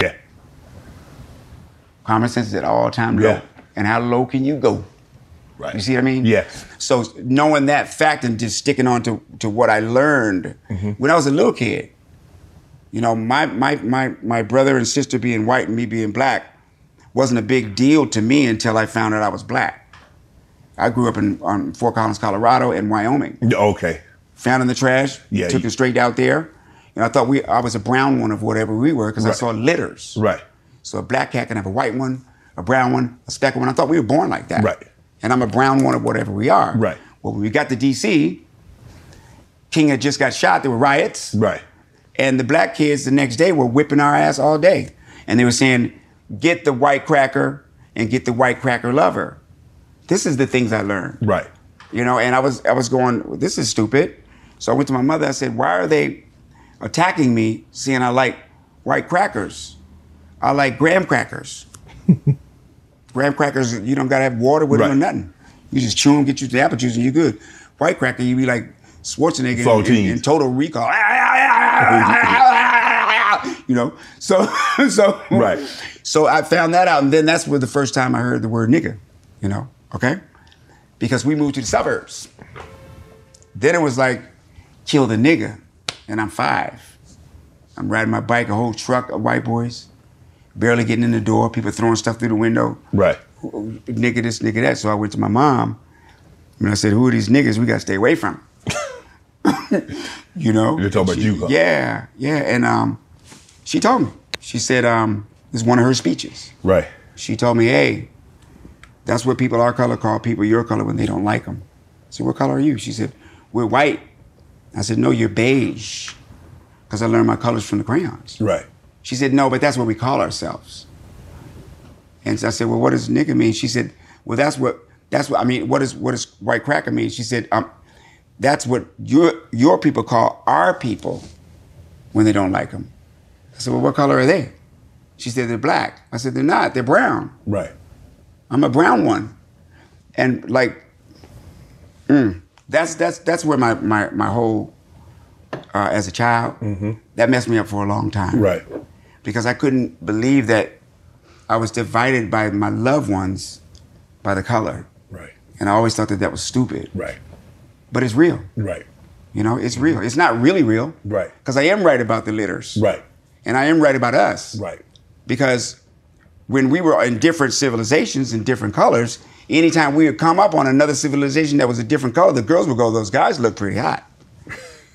Yeah.
Common sense is at all time low.
Yeah.
And how low can you go?
Right.
You see what I mean?
Yes.
So knowing that fact and just sticking on to, to what I learned
Mm-hmm.
when I was a little kid, you know, my, my my my brother and sister being white and me being black wasn't a big deal to me until I found out I was black. I grew up in on Fort Collins, Colorado, and Wyoming.
Okay.
Found in the trash.
Yeah,
Took
you-
it straight out there. And I thought we I was a brown one of whatever we were because I
Right.
saw litters.
Right.
So a black cat can have a white one, a brown one, a speckled one. I thought we were born like that.
Right.
And I'm a brown one or whatever we are.
Right.
Well, when we got to DC, King had just got shot. There were riots.
Right.
And the black kids the next day were whipping our ass all day. And they were saying, get the white cracker and get the white cracker lover. This is the things I learned.
Right.
You know, and I was I was going, this is stupid. So I went to my mother, I said, why are they attacking me seeing I like white crackers? I like graham crackers. graham crackers, you don't gotta have water with them or
Right.
nothing. You just chew them, get you the apple juice, and you're good. White cracker, you be like Schwarzenegger in- in,
Saltines.
in total recall. you know, so so
Right.
So I found that out, and then that's where the first time I heard the word nigger. You know, okay, because we moved to the suburbs. Then it was like, kill the nigger, and I'm five. I'm riding my bike, a whole truck of white boys, barely getting in the door. People throwing stuff through the window
Right.
nigga this, nigga that. So I went to my mom and I said, Who are these niggas we gotta stay away from? you know?
You're talking about
She-
you, huh?
Yeah, yeah. And um, she told me. She said, um, this is one of her speeches.
Right.
She told me, hey, that's what people our color call people your color when they don't like them. I said, what color are you? She said, we're white. I said, no, you're beige. Because I learned my colors from the crayons.
Right.
She said, no, but that's what we call ourselves. And so I said, well, what does nigga mean? She said, well, that's what, that's what, I mean, what does, what does white cracker mean? She said, um, that's what your, your people call our people when they don't like them. I said, well, what color are they? She said, they're black. I said, they're not, they're brown.
Right.
I'm a brown one. And like, mm, that's, that's, that's where my, my, my whole, uh, as a child, that messed me up for a long time
Mm-hmm. Right.
because I couldn't believe that I was divided by my loved ones by the color.
Right.
And I always thought that that was stupid.
Right.
But it's real.
Right.
You know, it's real. It's not really real.
Right.
Because I am right about the litters.
Right.
And I am right about us.
Right.
Because when we were in different civilizations in different colors, anytime we would come up on another civilization that was a different color, the girls would go, those guys look pretty hot.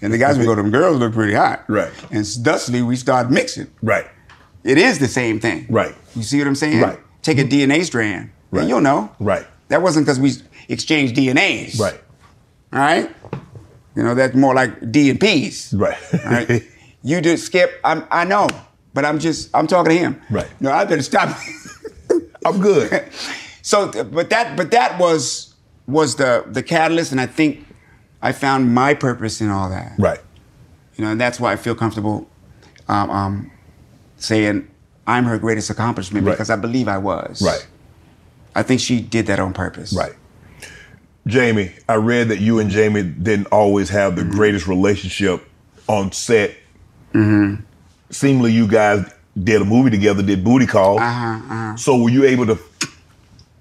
And the guys would go, them girls look pretty hot.
Right.
And thusly, we started mixing.
Right.
It is the same thing.
Right.
You see what I'm saying?
Right. Mm-hmm.
Take a DNA strand. Right.
Right.
And you'll know.
Right.
That wasn't because we exchanged DNAs.
Right.
All right. You know, that's more like D and P's.
Right.
All right. you just skip. I'm, I know, but I'm just, I'm talking to him.
Right.
No, I better stop.
I'm good.
so, th- but that, but that was, was the, the catalyst. And I think I found my purpose in all that.
Right.
You know, and that's why I feel comfortable um, um, saying I'm her greatest accomplishment
Right.
because I believe I was.
Right.
I think she did that on purpose.
Right. Jamie, I read that you and Jamie didn't always have
Mm-hmm.
the greatest relationship on set.
Mm-hmm.
Seemingly, you guys did a movie together, did Booty Call.
Uh-huh,
So, were you able to?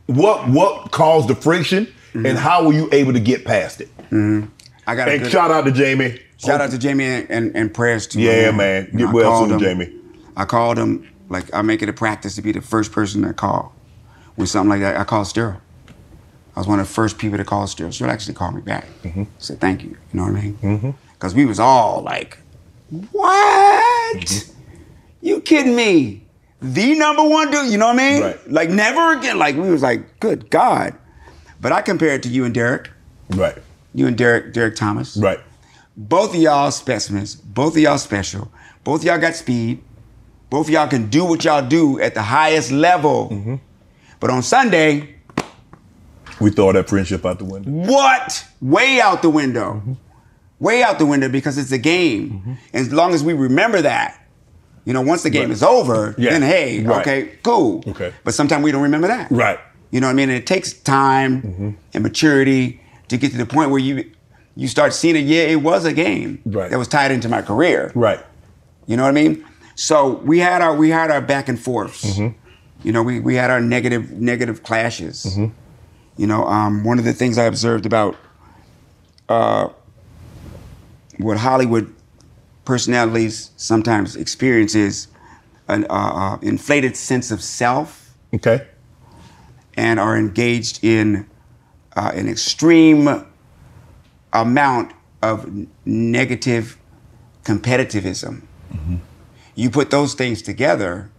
What what caused the friction, and how were you able to get past it?
I got a
And
Mm-hmm. good,
shout out to Jamie.
shout out to Jamie and, and, and prayers to
Oh. Yeah,
him.
man.
You
Get
know, I
well
called
soon,
him-
Jamie.
I called him like I make it a practice to be the first person to call when something like that. I called Sterl. I was one of the first people to call Sterl. She'll actually call me back.
Mm-hmm.
Said thank you. You know what I mean? Because we was all like, what?
Mm-hmm.
You kidding me? The number one dude. You know what I mean?
Right.
Like never again. Like we was like, good God. But I compare it to you and Derek.
Oh, Right,
You and Derek, Derek Thomas.
right,
Both of y'all specimens. Both of y'all special. Both of y'all got speed. Both of y'all can do what y'all do at the highest level.
Mm-hmm.
But on Sunday,
we throw that friendship out the
Mm-hmm.
window.
what? Way out the window.
Mm-hmm.
Way out the window because it's a game. And as long as we remember that, you know, once the game is over,
Yeah.
then hey,
Right.
okay, cool.
Okay.
But sometimes we don't remember that.
Right. Mm-hmm.
You know what I mean? And it takes time and maturity to get to the point where you you start seeing it. Yeah, it was a game
Right.
that was tied into my career.
Right,
You know what I mean? So we had our we had our back and forths. You know, we, we had our negative negative clashes. You know, um, one of the things I observed about uh, what Hollywood personalities sometimes experience is an uh, uh, inflated sense of self
okay,
and are engaged in uh, an extreme amount of n- negative competitivism.
Mm-hmm.
You put those things together,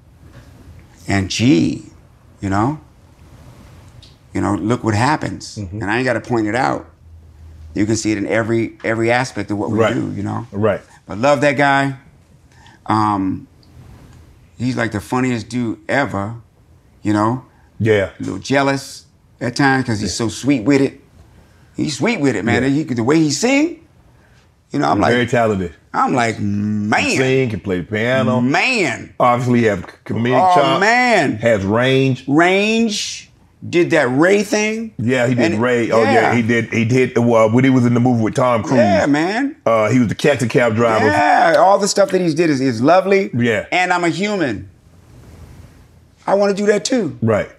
and gee, you
Mm-hmm.
know, you know, look what happens. And I ain't got to point it out. You can see it in every every aspect of what we
Right.
do. You know.
Right.
But love that guy. Um, he's like the funniest dude ever. You know,
Yeah.
a little jealous at times because he's so sweet with it. He's sweet with it, man.
Yeah.
He- the way he sing, you know, I'm
Very
like,
talented.
I'm like,
Can
man,
sing, can play piano.
man,
Obviously, have comedic
Mm-hmm. Oh,
chops.
man.
Has range.
range. Did that Ray thing?
Yeah, he did
And-
Ray. Oh yeah. he did. He did. Well, when he was in the movie with Tom Cruise,
Yeah, man.
uh, he was the taxi cab driver.
Yeah, all the stuff that he's did is, is lovely.
Yeah.
And I'm a human. I want to do that too.
Right.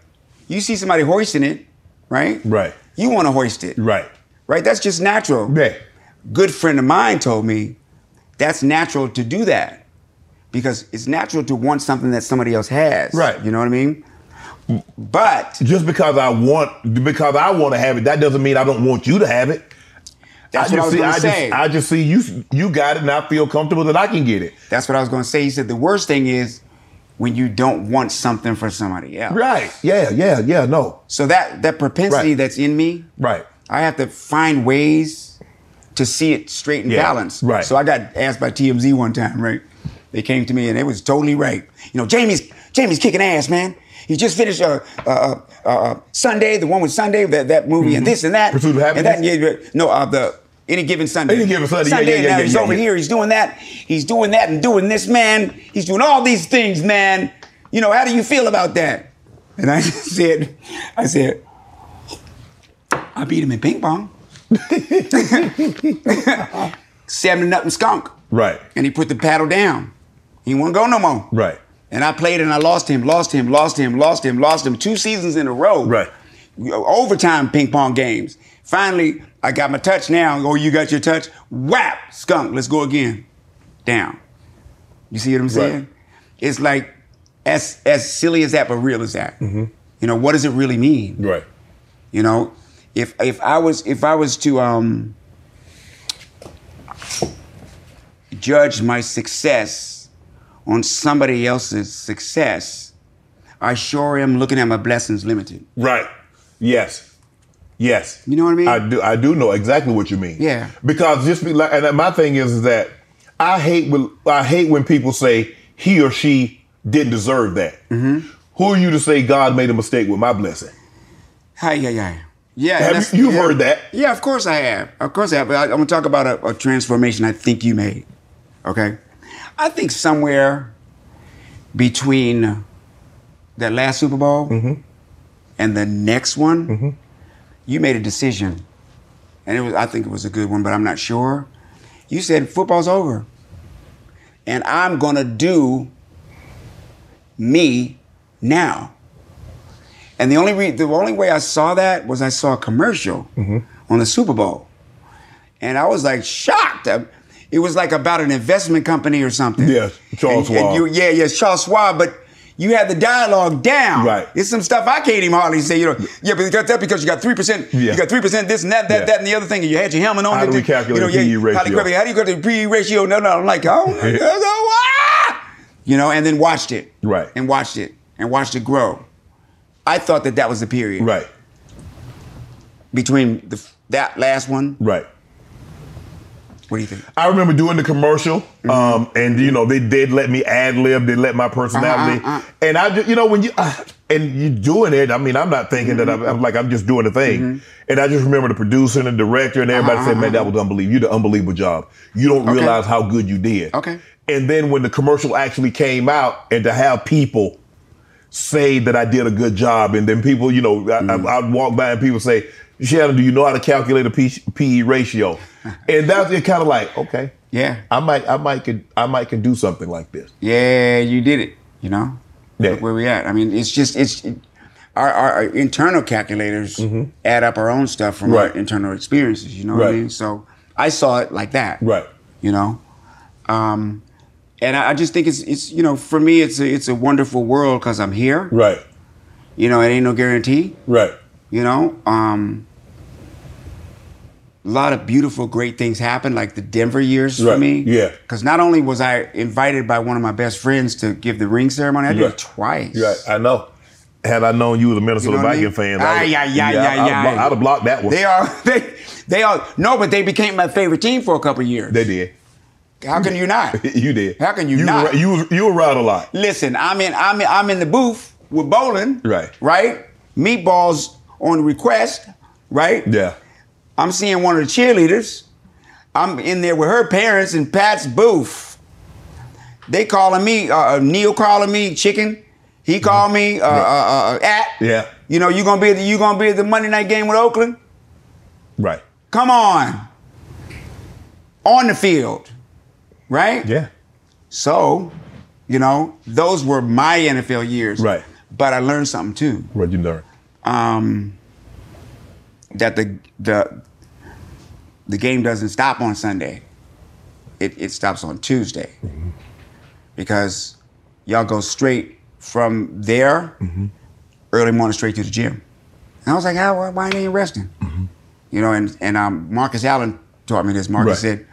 You see somebody hoisting it, right?
Right.
You want to hoist it.
Right.
Right? That's just natural.
Yeah.
Good friend of mine told me that's natural to do that because it's natural to want something that somebody else has.
Right.
You know what I mean? But
Just because I want, because I want to have it, that doesn't mean I don't want you to have it.
that's
I
what I
just
was
see,
going
I
to say.
just, I just see you, you got it, and I feel comfortable that I can get it.
that's what I was going to say. He said the worst thing is when you don't want something for somebody else.
Right. Yeah. Yeah. Yeah. No.
So that that propensity
Right.
that's in me,
Right.
I have to find ways to see it straight and
Yeah,
balanced.
right.
So I got asked by TMZ one time, right? They came to me and they was totally right. You know, Jamie's Jamie's kicking ass, man. He just finished uh, uh, uh, uh, Sunday, the one with Sunday, that, that movie, and this and that.
Mm-hmm. Pursuit of
And that,
Happiness?
and yeah, yeah, no, uh, the any given Sunday.
Any Given Sunday, yeah,
Sunday.
yeah,
and
yeah,
now
yeah,
he's
yeah,
over
yeah.
here. He's doing that. He's doing that and doing this, man. He's doing all these things, man. You know, how do you feel about that? And I said, I said, I beat him in ping pong. Seven to nothing skunk.
Right.
And he put the paddle down. He won't go no more.
Right.
And I played and I lost him, lost him, lost him, lost him, lost him. Two seasons in a row.
Right.
Overtime ping pong games. Finally, I got my touch now. Oh, you got your touch? Whap! Skunk, let's go again. Down. You see what I'm saying? It's like as as silly as that, but real as that. You know, what does it really mean?
Right.
You know, if if I was if I was to um judge my success on somebody else's success, I sure am looking at my blessings limited.
Right. Yes. Yes.
You know what I mean?
I do. I do know exactly what you mean.
Yeah.
Because just be like, and my thing is, is that I hate when I hate when people say he or she didn't deserve that. Mm-hmm. Who are you to say God made a mistake with my blessing?
Hi, yeah, yeah. Yeah,
Have
that's-
you- you've
yeah.
heard that.
Yeah, of course I have. Of course I have. But I, I'm gonna talk about a, a transformation I think you made. Okay, I think somewhere between that last Super Bowl
Mm-hmm.
and the next one, you made a decision, and it was I think it was a good one, but I'm not sure. You said football's over, and I'm gonna do me now. And the only re- the only way I saw that was I saw a commercial
Mm-hmm.
on the Super Bowl, and I was like shocked. I- It was like about an investment company or something.
Yes, Charles
And- and
Schwab.
you- yeah, yeah, Charles Schwab. But you had the dialogue down.
Right.
It's some stuff I can't even hardly say. You know, yeah, but you got that because you got three percent.
Yeah.
You got three percent this and that, that,
Yeah.
that, and the other thing. And you had your helmet on.
How do we calculate the PE
How do, you
ratio?
calculate- how do you calculate the PE ratio? No, no. I'm like, oh, my God, oh, ah! you know, and then watched it.
Right.
And watched it and watched it grow. I thought that that was the period.
Right.
Between the, that last one.
Right.
What do you think?
I remember doing the commercial,
Mm-hmm.
um, and you know they did let me ad lib, they let my personality,
Uh-huh, uh-huh.
and I, just, you know, when you uh, and you doing it, I mean, I'm not thinking that
Mm-hmm.
I'm, I'm like I'm just doing a thing, and I just remember the producer and the director and everybody said, "Man, that
Uh-huh.
was unbelievable. You did an unbelievable job. You don't realize how good you did."
Okay.
And then when the commercial actually came out, and to have people say that I did a good job, and then people, you know, I,
Mm.
I, I'd walk by and people say, "Shannon, do you know how to calculate a P- PE ratio?" And that's it, kind of like, okay,
Yeah.
I might, I might, could, I might could do something like this.
Yeah, you did it. You know.
Yeah.
Look where we at. I mean, it's just it's our our, our internal calculators add up our own stuff from
Mm-hmm. Right.
our internal experiences. You know what I
Right.
mean? So I saw it like that.
Right.
You know. Um, and I, I just think it's it's you know for me it's a, it's a wonderful world because I'm here.
Right,
You know, it ain't no guarantee.
right,
You know, um, a lot of beautiful, great things happened, like the Denver years for
Right,
me.
yeah.
Because not only was I invited by one of my best friends to give the ring ceremony, I did
Right.
it twice.
right. I know. had I known you was a Minnesota
You know what I
Viking
mean?
fan,
Ah,
I would-
yeah, yeah,
I-
yeah,
I'd
yeah.
blo- I'd have blocked that one.
They are they they are no, but they became my favorite team for a couple years.
They did.
How can you not?
You did.
How can you
you
not?
were- you was- you were around a lot.
Listen, I'm in I'm in, I'm in the booth with Bolin.
Right.
Right? Meatballs on request, right?
Yeah.
I'm seeing one of the cheerleaders. I'm in there with her parents in Pat's booth. They calling me, uh, uh, Neil calling me chicken. He called me uh, uh, uh, at.
Mm-hmm. Yeah.
You know you gonna be at the, you gonna be at the Monday night game with Oakland.
Right.
Come on, on the field, right?
Yeah.
So, you know, those were my NFL years.
Right.
But I learned something too
What you learn?
um, that the the the game doesn't stop on Sunday. It it stops on Tuesday because y'all go straight from there early morning straight to the gym. And I was like, how why- why ain't you resting? You know, and and um, Marcus Allen taught me this. Marcus
Right.
said,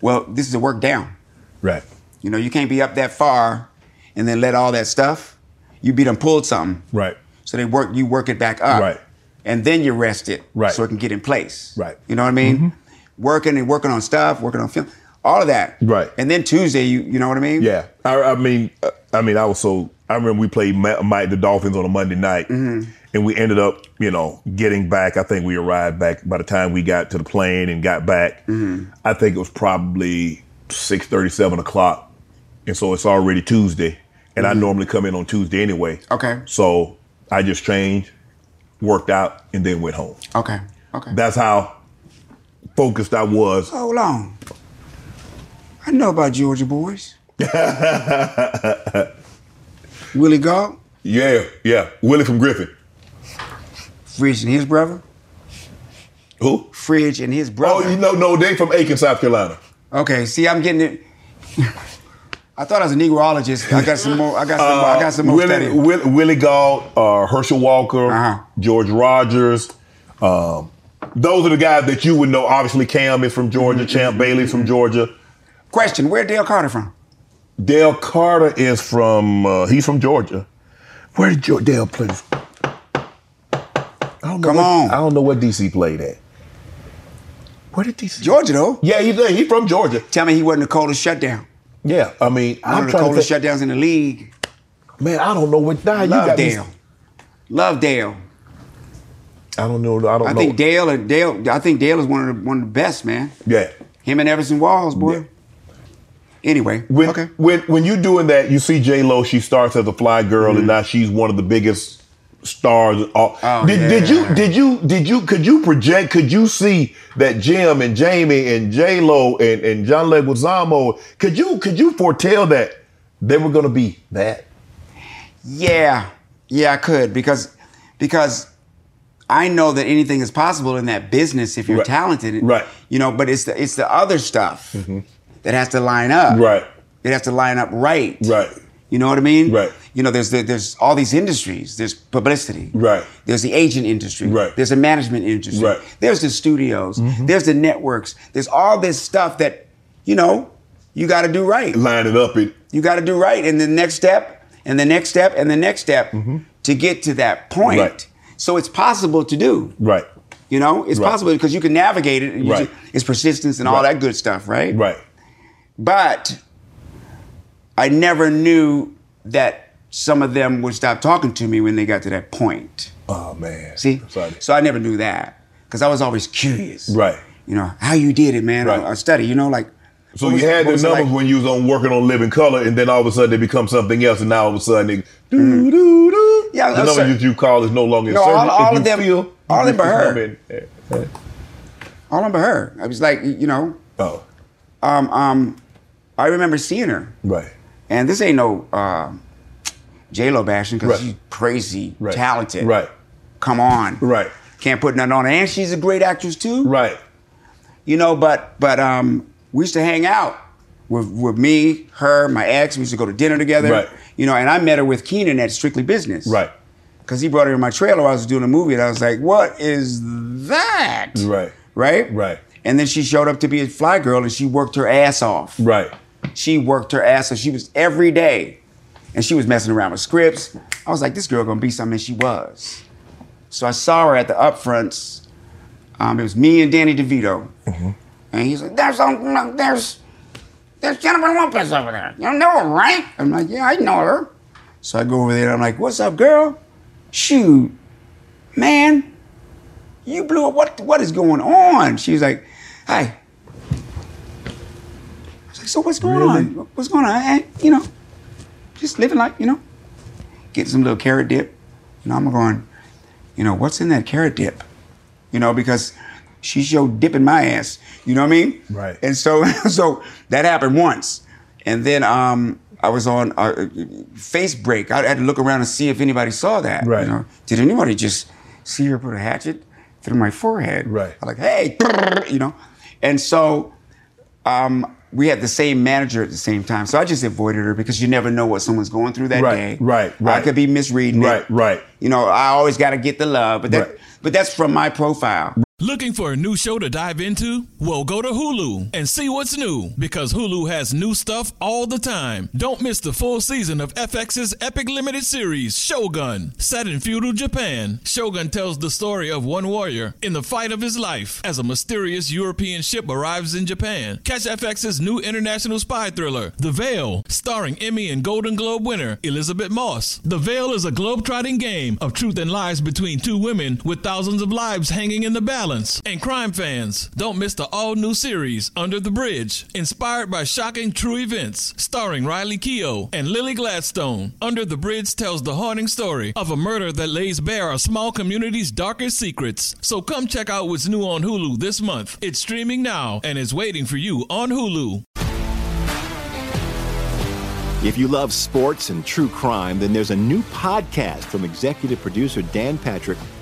well, this is a work down.
Right.
You know, you can't be up that far and then let all that stuff. You be done pulled something.
Right.
So they work you work it back up.
Right.
And then you rest it.
Right.
So it can get in place.
Right. Mm-hmm.
You know what I mean? Working and working on stuff, working on film, all of that.
Right.
And then Tuesday, you you know what I mean?
Yeah, I, I mean, uh, I mean, I was so. I remember we played Ma- Mike the Dolphins on a Monday night, and we ended up, you know, getting back. I think we arrived back by the time we got to the plane and got back. I think it was probably six thirty, seven o'clock, and so it's already Tuesday. And I normally come in on Tuesday anyway.
Okay.
So I just changed, worked out, and then went home.
Okay. Okay.
That's how focused I was.
Hold on. I know about Georgia boys. Willie Galt,
Yeah, yeah. Willie from Griffin.
Fridge and his brother.
Who?
Fridge and his
Oh,
brother.
you know, no, they from Aiken, South Carolina.
Okay, see, I'm getting it. I thought I was a Negroologist. I got some more. I got some. more Oh, I got some more
Willie,
study.
Will, Willie Galt, uh, Herschel Walker,
Uh-huh.
George Rogers. Um, those are the guys that you would know. Obviously, Cam is from Georgia.
Mm-hmm.
Champ Bailey's from Georgia.
Question: Where Dale Carter from?
Dale Carter is from. Uh, he's from Georgia. Where did George, Dale play? I don't know
Come
what-
on.
I don't know what DC played at. Where did DC?
Georgia, though.
Yeah, he's he's from Georgia.
Tell me he wasn't the coldest shutdown.
Yeah, I mean,
One
I'm
of the
trying to
coldest
think,
shutdowns in the league.
Man, I don't know what. Nah, you
Love
got me-
Dale. Love Dale.
I don't know. I don't
I
know.
think Dale and Dale. I think Dale is one of the one of the best, man.
yeah.
Him and Everson Walls, boy.
Yeah.
Anyway,
When,
okay.
when when you're doing that, you see J Lo. She starts as a fly girl, and now she's one of the biggest stars. and All.
Mm-hmm. Oh,
did, did
yeah.
you did you did you could you project? Could you see that Jim and Jamie and J Lo and, and John Leguizamo? Could you could you foretell that they were going to be that?
Yeah, yeah, I could because because I know that anything is possible in that business if you're
Right.
talented,
Right. Mm-hmm.
You know, but it's the it's the other stuff that has to line up,
Right.
It has to line up right,
Right.
You know what I mean?
Right.
You know, there's the, there's all these industries. There's publicity.
Right.
There's the agent industry.
Right.
There's the management industry.
Right. Mm-hmm.
There's the studios. There's the networks. There's all this stuff that, you know, you got to do right.
Line it up. It,
You got to do right, and the next step, and the next step, and the next step to get to that point.
Mm-hmm. Right.
So it's possible to do.
right.
You know, it's
Right.
possible because you can navigate it. and you
Right.
ju- it's persistence and all
Right.
that good stuff, right?
Right.
But I never knew that some of them would stop talking to me when they got to that point.
Oh man.
See,
Sorry.
so I never knew that because I was always curious.
Right.
You know how you did it, man.
Right.
I, I study. You know, like
So
what
you
was-
had
what
the
was
numbers
it like?
when you was on working on Living Color, and then all of a sudden they become something else, and now all of a sudden it, doo, doo, doo.
Mm. Yeah,
the
that's
number
right.
that you call is no longer
No,
in service.
all-
If
all
you
of them-
feel-
all of them
you
are
come
her.
in- eh,
all under her. I was like, you know,
Oh,
um, um, I remember seeing her,
right,
and this ain't no uh, J Lo bashing because
Right.
she's crazy
right,
talented.
right,
Come on.
Right.
Can't put nothing on her, and she's a great actress too.
right,
You know, but but um, we used to hang out with with me, her, my ex. We used to go to dinner together.
Right.
You know, and I met her with Keenan at Strictly Business.
right,
Because he brought her in my trailer. while I was doing a movie, and I was like, "What is that?"
right,
Right.
Right.
And then she showed up to be a fly girl, and she worked her ass off.
right,
She worked her ass off. She was every day. and she was messing around with scripts. I was like, this girl gonna be something, and she was. So I saw her at the upfronts. Um, it was me and Danny DeVito, and he's like, "There's um, no, there's there's Jennifer Lopez over there. You know her, right?" I'm like, "Yeah, I know her." So I go over there and I'm like, "What's up, girl? Shoot, man, you blew up. What what is going on?" She was like, "Hey." I was like, "So what's going on? What's going on? I, I- you know, just living like you know, getting some little carrot dip." And I'm going, you know, what's in that carrot dip? You know, because she showed dipping my ass. You know what I mean?
Right.
And so, so that happened once, and then um, I was on a face break. I had to look around and see if anybody saw that. you
Right.
know. Did anybody just see her put a hatchet through my forehead?
Right.
I'm like, hey, you know, and so. Um, we had the same manager at the same time, so I just avoided her because you never know what someone's going through that
Right,
day.
right,
I
right.
could be misreading it.
Right, right.
You know, I always got to get the love, but that,
Right.
but that's from my profile.
Looking for a new show to dive into? Well, go to Hulu and see what's new because Hulu has new stuff all the time. Don't miss the full season of FX's epic limited series, Shogun. Set in feudal Japan, Shogun tells the story of one warrior in the fight of his life as a mysterious European ship arrives in Japan. Catch FX's new international spy thriller, The Veil, starring Emmy and Golden Globe winner Elizabeth Moss. The Veil is a globe-trotting game of truth and lies between two women with thousands of lives hanging in the balance. And crime fans, don't miss the all-new series Under the Bridge, inspired by shocking true events, starring Riley Keough and Lily Gladstone. Under the Bridge tells the haunting story of a murder that lays bare a small community's darkest secrets. So come check out what's new on Hulu this month. It's streaming now and is waiting for you on Hulu.
If you love sports and true crime, then there's a new podcast from executive producer Dan Patrick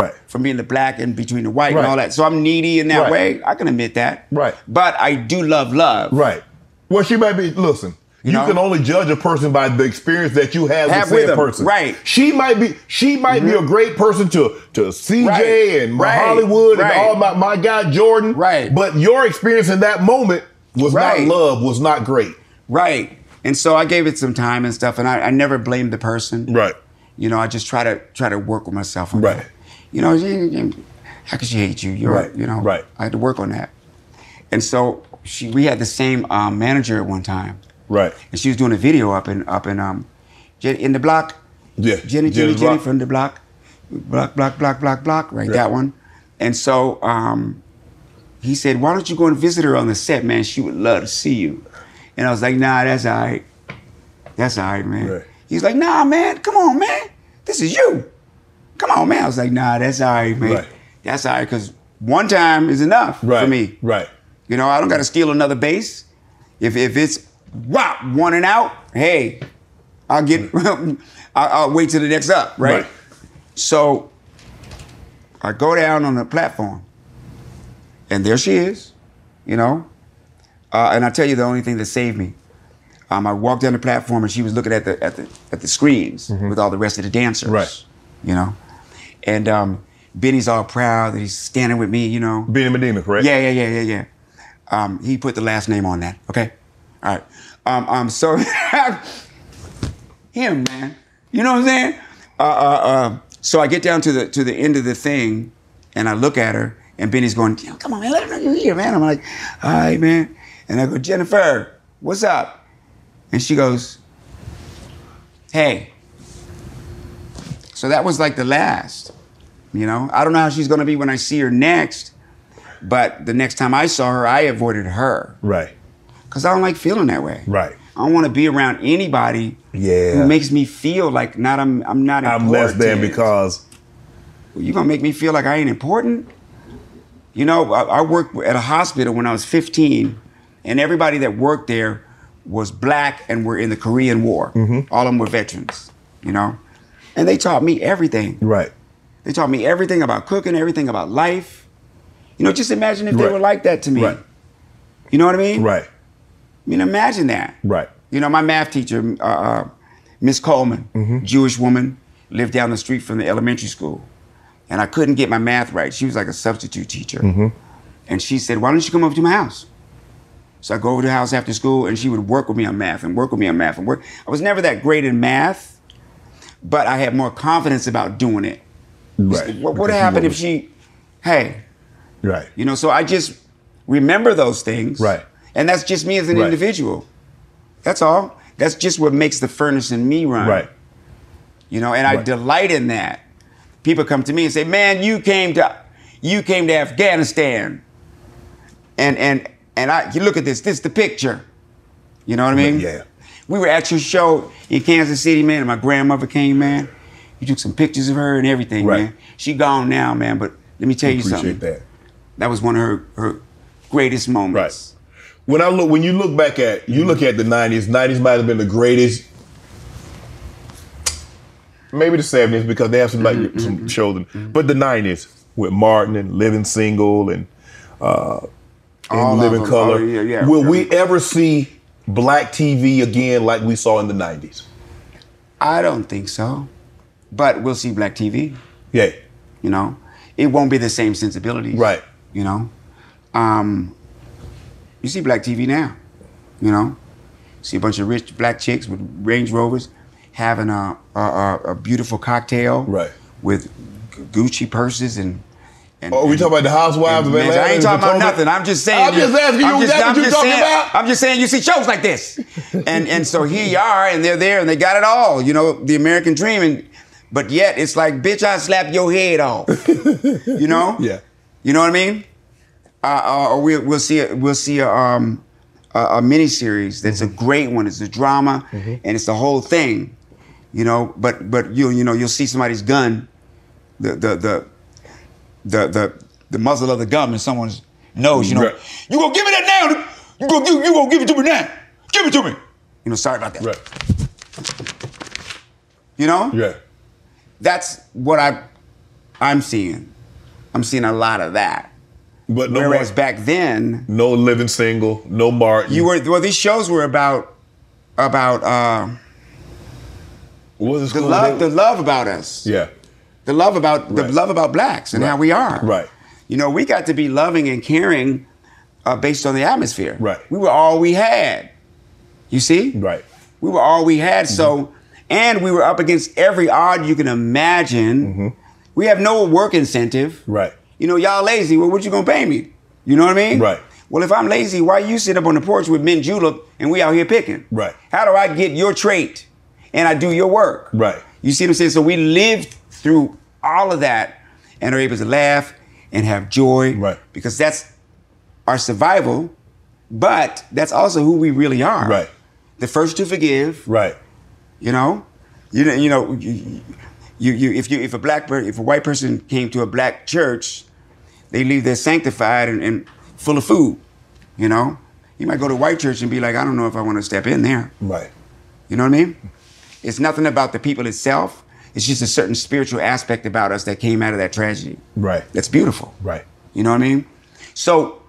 Right.
from being the black and between the white
Right.
and all that. So I'm needy in that
Right.
way. I can admit that.
Right.
But I do love love.
Right. Well, she might be. Listen, you,
know?
can only judge a person by the experience that you have,
Have with
with that
them,
person.
right. Mm-hmm.
She might be. She might be a great person to to CJ
Right,
and
right,
Hollywood
right.
and all my my guy Jordan.
Right.
But your experience in that moment was
Right.
not love. Was not great.
Right. And so I gave it some time and stuff, and I, I never blamed the person. You know, I just try to try to work with myself. On
Right.
That. You know, you- you- how could she hate you? You're
Right,
You know.
right.
I had to work on that. And so she, we had the same um, manager at one time,
Right.
and she was doing a video up in up in um, Jen- in the block.
Yeah.
Jenny,
Jenny
Jenny, Jenny
Block.
from the block, block, block, block, block, block. Right. That one. And so um, he said, "Why don't you go and visit her on the set, man? She would love to see you." And I was like, "Nah, that's all right. That's all right, man."
Right.
He's like, "Nah, man. Come on, man. This is you. Come on, man." I was like, "Nah, that's all right, man.
Right.
That's all right, because one time is enough
Right.
for me.
Right.
You know, I don't got to steal another base. If if it's wop one and out, hey, I'll get. I'll, I'll wait till the next up, right?
Right.
So I go down on the platform, and there she is, you know. Uh, and I tell you, the only thing that saved me, um, I walked down the platform, and she was looking at the at the at the screens with all the rest of the dancers.
Mm-hmm. Right.
you know. And um, Benny's all proud that he's standing with me, you know.
Benny Medina, correct?
Yeah, yeah, yeah, yeah, yeah. Um, he put the last name on that. Okay, all right. Um, um, so him, man. You know what I'm saying? Uh, uh, uh. So I get down to the to the end of the thing, and I look at her, and Benny's going, "Yo, "Come on, man, let her know you're here, man." I'm like, "All right, man." And I go, "Jennifer, what's up?" And she goes, "Hey." So that was like the last. You know, I don't know how she's gonna be when I see her next, but the next time I saw her, I avoided her
Right.
because I don't like feeling that way.
Right.
I don't want to be around anybody
Yeah.
who makes me feel like not I'm I'm not
I'm
important.
less than because
you gonna make me feel like I ain't important. You know, I, I worked at a hospital when I was 15, and everybody that worked there was black and were in the Korean War.
Mm-hmm.
All of them were veterans. You know, and they taught me everything.
right.
They taught me everything about cooking, everything about life. You know, just imagine if they
Right.
were like that to me.
Right.
You know what I mean?
Right.
I mean, imagine that.
Right.
You know, my math teacher, uh, uh, Miss Coleman,
Mm-hmm.
Jewish woman, lived down the street from the elementary school. And I couldn't get my math right. She was like a substitute teacher.
Mm-hmm.
And she said, Why don't you come over to my house? So I go over to her house after school, and she would work with me on math and work with me on math and work. I was never that great in math, but I had more confidence about doing it.
Right.
What would
Because you
happen if
wasn't-
she, hey,
Right.
you know, so I just remember those things.
Right.
And that's just me as an
Right.
individual. That's all. That's just what makes the furnace in me run.
Right.
You know, and I
Right.
delight in that. People come to me and say, "Man, you came to you came to Afghanistan." And and and I you look at this. This is the picture. You know what I mean?
Yeah.
We were at your show in Kansas City, man, and my grandmother came, man. You took some pictures of her and everything,
Right.
man. She gone now, man, but let me tell you something.
Appreciate that.
That was one of her, her greatest
Right.
moments.
When I look, when you look back at, you look at the '90s. '90s might have been the greatest. Maybe the '70s because they have some like
Mm-hmm,
some children, but the '90s with Martin and Living Single and uh, and
All of
Living
them.
Color.
Oh, yeah, yeah.
Will
Yeah.
we ever see black TV again like we saw in the '90s?
I don't think so. But we'll see Black TV,
Yeah.
you know. It won't be the same sensibilities.
Right.
You know. Um, you see Black TV now, you know. See a bunch of rich black chicks with Range Rovers having a, a, a, a beautiful cocktail
Right.
with Gu- Gucci purses and. and
Oh, we
and-
talking about the housewives of
Man,
Atlanta?
I ain't talking about
Potomac?
nothing. I'm just saying.
I'm just asking you.
I'm
That's
I'm
what you talking
saying,
about?
I'm just saying you see shows like this, and and so here you are, and they're there, and they got it all. You know, the American dream, and but yet it's like, bitch, I slap your head off. you know?
Yeah.
You know what I mean? Uh, uh, or we'll, we'll see a, we'll see a, um, a, a miniseries that's
Mm-hmm.
a great one. It's a drama, and it's the whole thing. You know, but but you you know you'll see somebody's gun, the the the the the, the muzzle of the gun in someone's nose. You know,
Right.
you gonna give me that now? You gonna you, you gonna give it to me now? Give it to me. You know, sorry about that.
Right.
You know,
Yeah.
that's what I I'm seeing. I'm seeing a lot of that.
But no,
Whereas
Martin,
back then,
no Living Single, no Martin.
you were well. These shows were about about uh,
What is
the love, the love about us,
Yeah.
the love about the
Right.
love about blacks and
Right.
how we are.
Right.
You know, we got to be loving and caring uh, based on the atmosphere.
Right.
We were all we had. You see.
Right.
We were all we had. So, and we were up against every odd you can imagine. We have no work incentive.
Mm-hmm. Right.
You know, y'all lazy. Well, what you gonna pay me? You know what I mean?
Right.
Well, if I'm lazy, why you sit up on the porch with men julep and we out here picking?
Right.
How do I get your trait and I do your work?
Right.
You see what I'm saying? So we lived through all of that and are able to laugh and have joy.
Right.
Because that's our survival, but that's also who we really are.
Right.
The first to forgive.
Right.
You know, you know, you know, you, you, you if you if a black person, if a white person came to a black church, they leave there sanctified and, and full of food. You know, you might go to a white church and be like, I don't know if I want to step in there.
Right.
You know what I mean? It's nothing about the people itself. It's just a certain spiritual aspect about us that came out of that tragedy.
Right.
That's beautiful.
Right.
You know what I mean? So,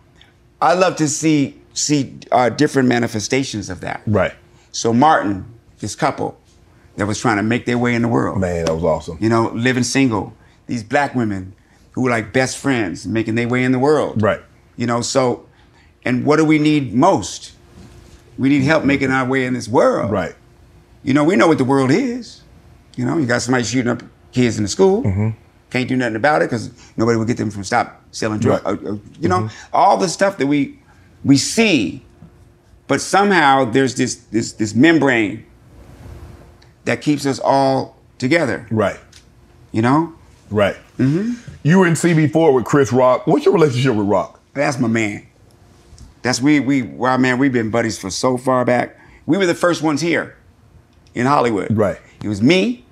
I love to see see uh, different manifestations of that.
Right.
So Martin, this couple, that was trying to make their way in the world.
Man, that was awesome.
You know, living single. These black women who were like best friends, making their way in the world.
Right.
You know, so, and what do we need most? We need help making our way in this world.
Right.
You know, we know what the world is. You know, you got somebody shooting up kids in the school.
Mm-hmm.
Can't do nothing about it because nobody will get them from stop selling drugs. Uh,
Right. Mm-hmm.
you know, all the stuff that we we see, but somehow there's this this this membrane that keeps us all together.
Right.
You know,
Right.
Mm-hmm.
You were in CB4 with Chris Rock. What's your relationship with Rock?
that's my man. That's we we wow man. We've been buddies for so far back. We were the first ones here in Hollywood.
Right.
It was me,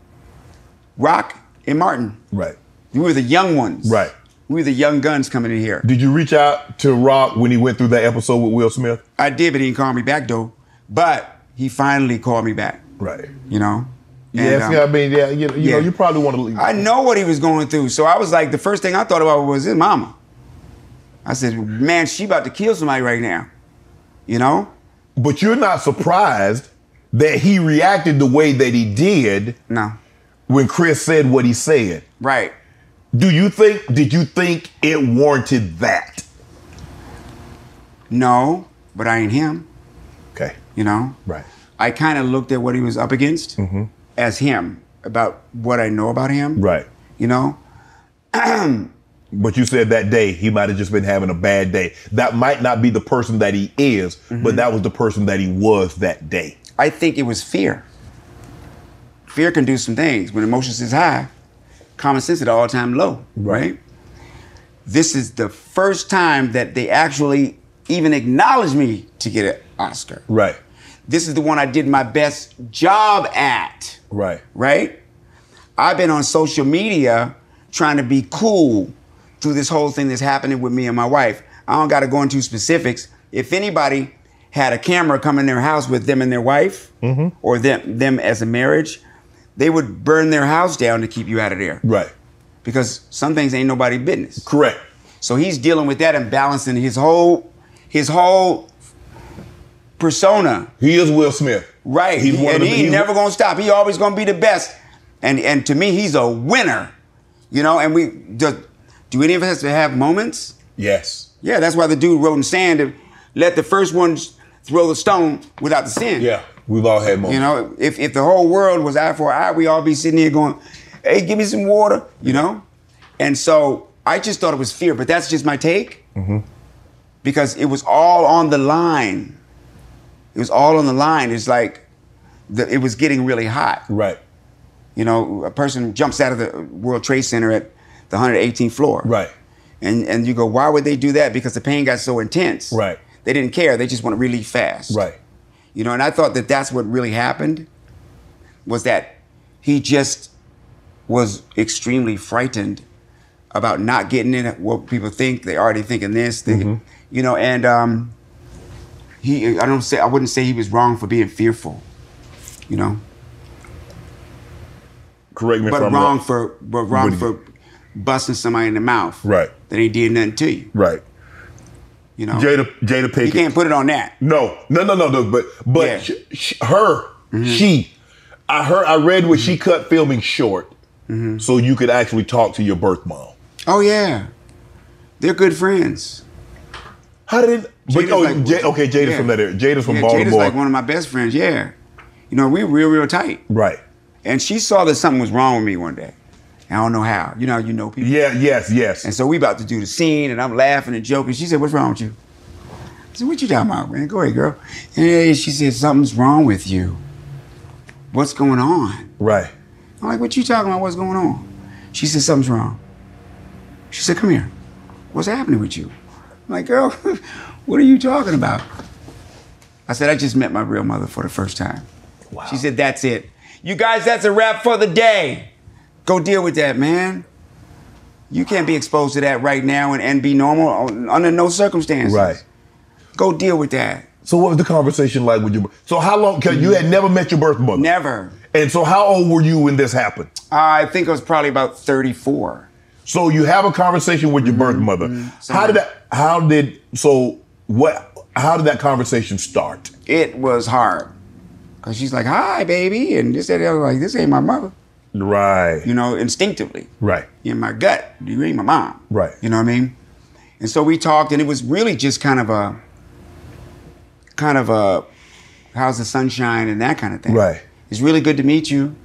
Rock, and Martin.
Right.
We were the young ones.
Right.
We were the young guns coming in here.
Did you reach out to Rock when he went through that episode with Will Smith?
I did, but he didn't call me back though. But he finally called me back.
Right.
You know. And,
Yes,
um,
yeah, I mean, yeah, you, you know,
yeah.
you probably want to leave.
I know what he was going through, so I was like, the first thing I thought about was his mama. I said, man, she about to kill somebody right now. You know.
But you're not surprised that he reacted the way that he did
No.
when Chris said what he said.
Right.
Do you think, did you think it warranted that?
No, but I ain't him.
Okay.
You know.
Right. Mm-hmm.
I kind of looked at what he was up against as him about what I know about him.
Right.
You know.
But you said that day he might have just been having a bad day. That might not be the person that he is,
Mm-hmm.
but that was the person that he was that day.
I think it was fear. Fear can do some things. When emotions is high, common sense at all time low. Right. This is the first time that they actually even acknowledged me to get an Oscar.
Right.
This is the one I did my best job at.
Right.
Right? I've been on social media trying to be cool through this whole thing that's happening with me and my wife. I don't got to go into specifics. If anybody had a camera come in their house with them and their wife, or them them as a marriage, they would burn their house down to keep you out of there.
Right.
Because some things ain't nobody business.
Correct.
So he's dealing with that and balancing his whole his whole persona
He is Will Smith.
Right.
He's
and
one of the,
he ain't
he's-
never gonna stop. He always gonna be the best. And and to me, he's a winner. You know, and we do, do any of us have moments?
Yes.
Yeah, that's why the dude wrote in sand and let the first one throw the stone without the sin.
Yeah. We've all had moments.
You know, if if the whole world was eye for eye, we all be sitting here going, Hey, give me some water, you know? And so I just thought it was fear, but that's just my take.
Mm-hmm.
Because it was all on the line. It was all on the line. It's like the, it was getting really hot.
Right.
You know, a person jumps out of the World Trade Center at the 118th floor.
Right.
And and you go, why would they do that? Because the pain got so intense.
Right.
They didn't care. They just want relief fast.
Right.
You know, and I thought that that's what really happened was that he just was extremely frightened about not getting in what people think. They already thinking this, they,
Mm-hmm.
you know, and um, he, I don't say, I wouldn't say he was wrong for being fearful, you know,
Correct me
but
if I'm
wrong for, but wrong
What do
for busting somebody in the mouth.
Right.
That ain't did nothing to you,
Right.
you know.
Jada Jada Pinkett.
you can't put it on that.
No, no, no, no, no. But but
Yeah. Mm-hmm.
sh- sh- her, she, I heard, I read where she cut filming short,
Mm-hmm.
so you could actually talk to your birth mom.
Oh yeah, they're good friends.
How did? But
Jada's
oh,
like-
J- okay, Jada's
yeah.
from that area. Jada's from
yeah, Jada's
Baltimore.
like one of my best friends. Yeah, you know we real real tight.
right.
And she saw that something was wrong with me one day. I don't know how. You know, how you know people.
Yeah. Yes. Yes.
And so we about to do the scene, and I'm laughing and joking. She said, "What's wrong with you?" I said, "What you talking about, man? Go ahead, girl." And hey, she said, "Something's wrong with you. What's going on?"
right.
I'm like, what you talking about? What's going on? She said, something's wrong. She said, come here. What's happening with you? I'm like, girl, what are you talking about? I said, I just met my real mother for the first time. Wow. She said, that's it. You guys, that's a wrap for the day. Go deal with that, man. You can't be exposed to that right now and, and be normal on- under no circumstances.
Right.
Go deal with that.
So what was the conversation like with your? So how long? Cause you had never met your birth mother.
Mm-hmm. Never.
And so how old were you when this happened?
I think I was probably about 34.
So you have a conversation with your
Mm-hmm.
birth mother. How did that? How did? So what? How did that conversation start?
It was hard. Cause she's like, "Hi, baby," and this that, and the other. Like, this ain't my mother.
Right.
You know, instinctively.
Right.
in my gut. You ain't my mom.
Right.
You know what I mean? And so we talked, and it was really just kind of a, kind of a, how's the sunshine and that kind of thing.
Right.
It's really good to meet you.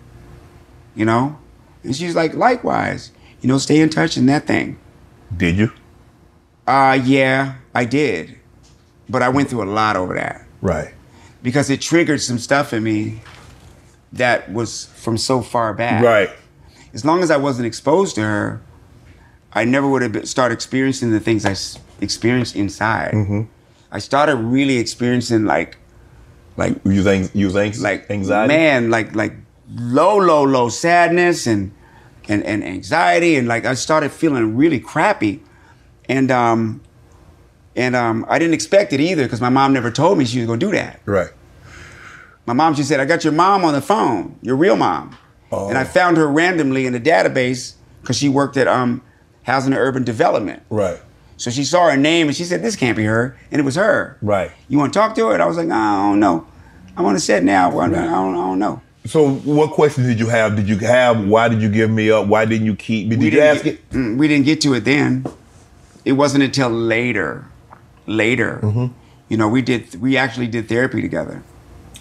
You know, and she's like, likewise. You know, stay in touch and that thing.
Did you?
Uh, yeah, I did, but I went through a lot over that
Right.
because it triggered some stuff in me that was from so far back
Right.
as long as I wasn't exposed to her, I never would have been- started experiencing the things I s- experienced inside.
Mm-hmm.
I started really experiencing like, like,
You think you think
like
anxiety?
man, like, like low, low, low sadness and and and anxiety, and like I started feeling really crappy, and um, and um, I didn't expect it either because my mom never told me she was gonna do that.
Right.
My mom, she said, I got your mom on the phone, your real mom.
Oh.
And I found her randomly in the database because she worked at um, Housing and Urban Development.
Right.
So she saw her name and she said, This can't be her. And it was her.
Right.
You want to talk to her? And I was like, I don't know. I'm on the set now. Well, I, don't, I, don't, I don't know.
So what questions did you have? Did you have why did you give me up? Why didn't you keep me? Did you
didn't
ask
get,
it?
Mm, we didn't get to it then. It wasn't until later. Later.
Mm-hmm.
You know, we did, we actually did therapy together.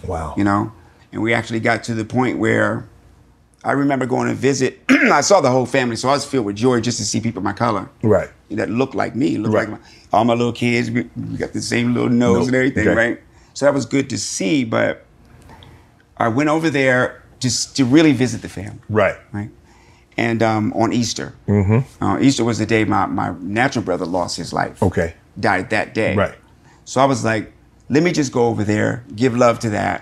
Wow.
you know and we actually got to the point where i remember going to visit i saw the whole family so i was filled with joy just to see people my color
Right.
that looked like me looked
Right.
like my, all my little kids we, we got the same little nose
Nope.
and everything
Okay.
right so that was good to see but i went over there just to really visit the family
Right.
right and um, on easter mm-hmm. uh, easter was the day my, my natural brother lost his life
Okay.
died that day
Right.
so I was like, let me just go over there, give love to that.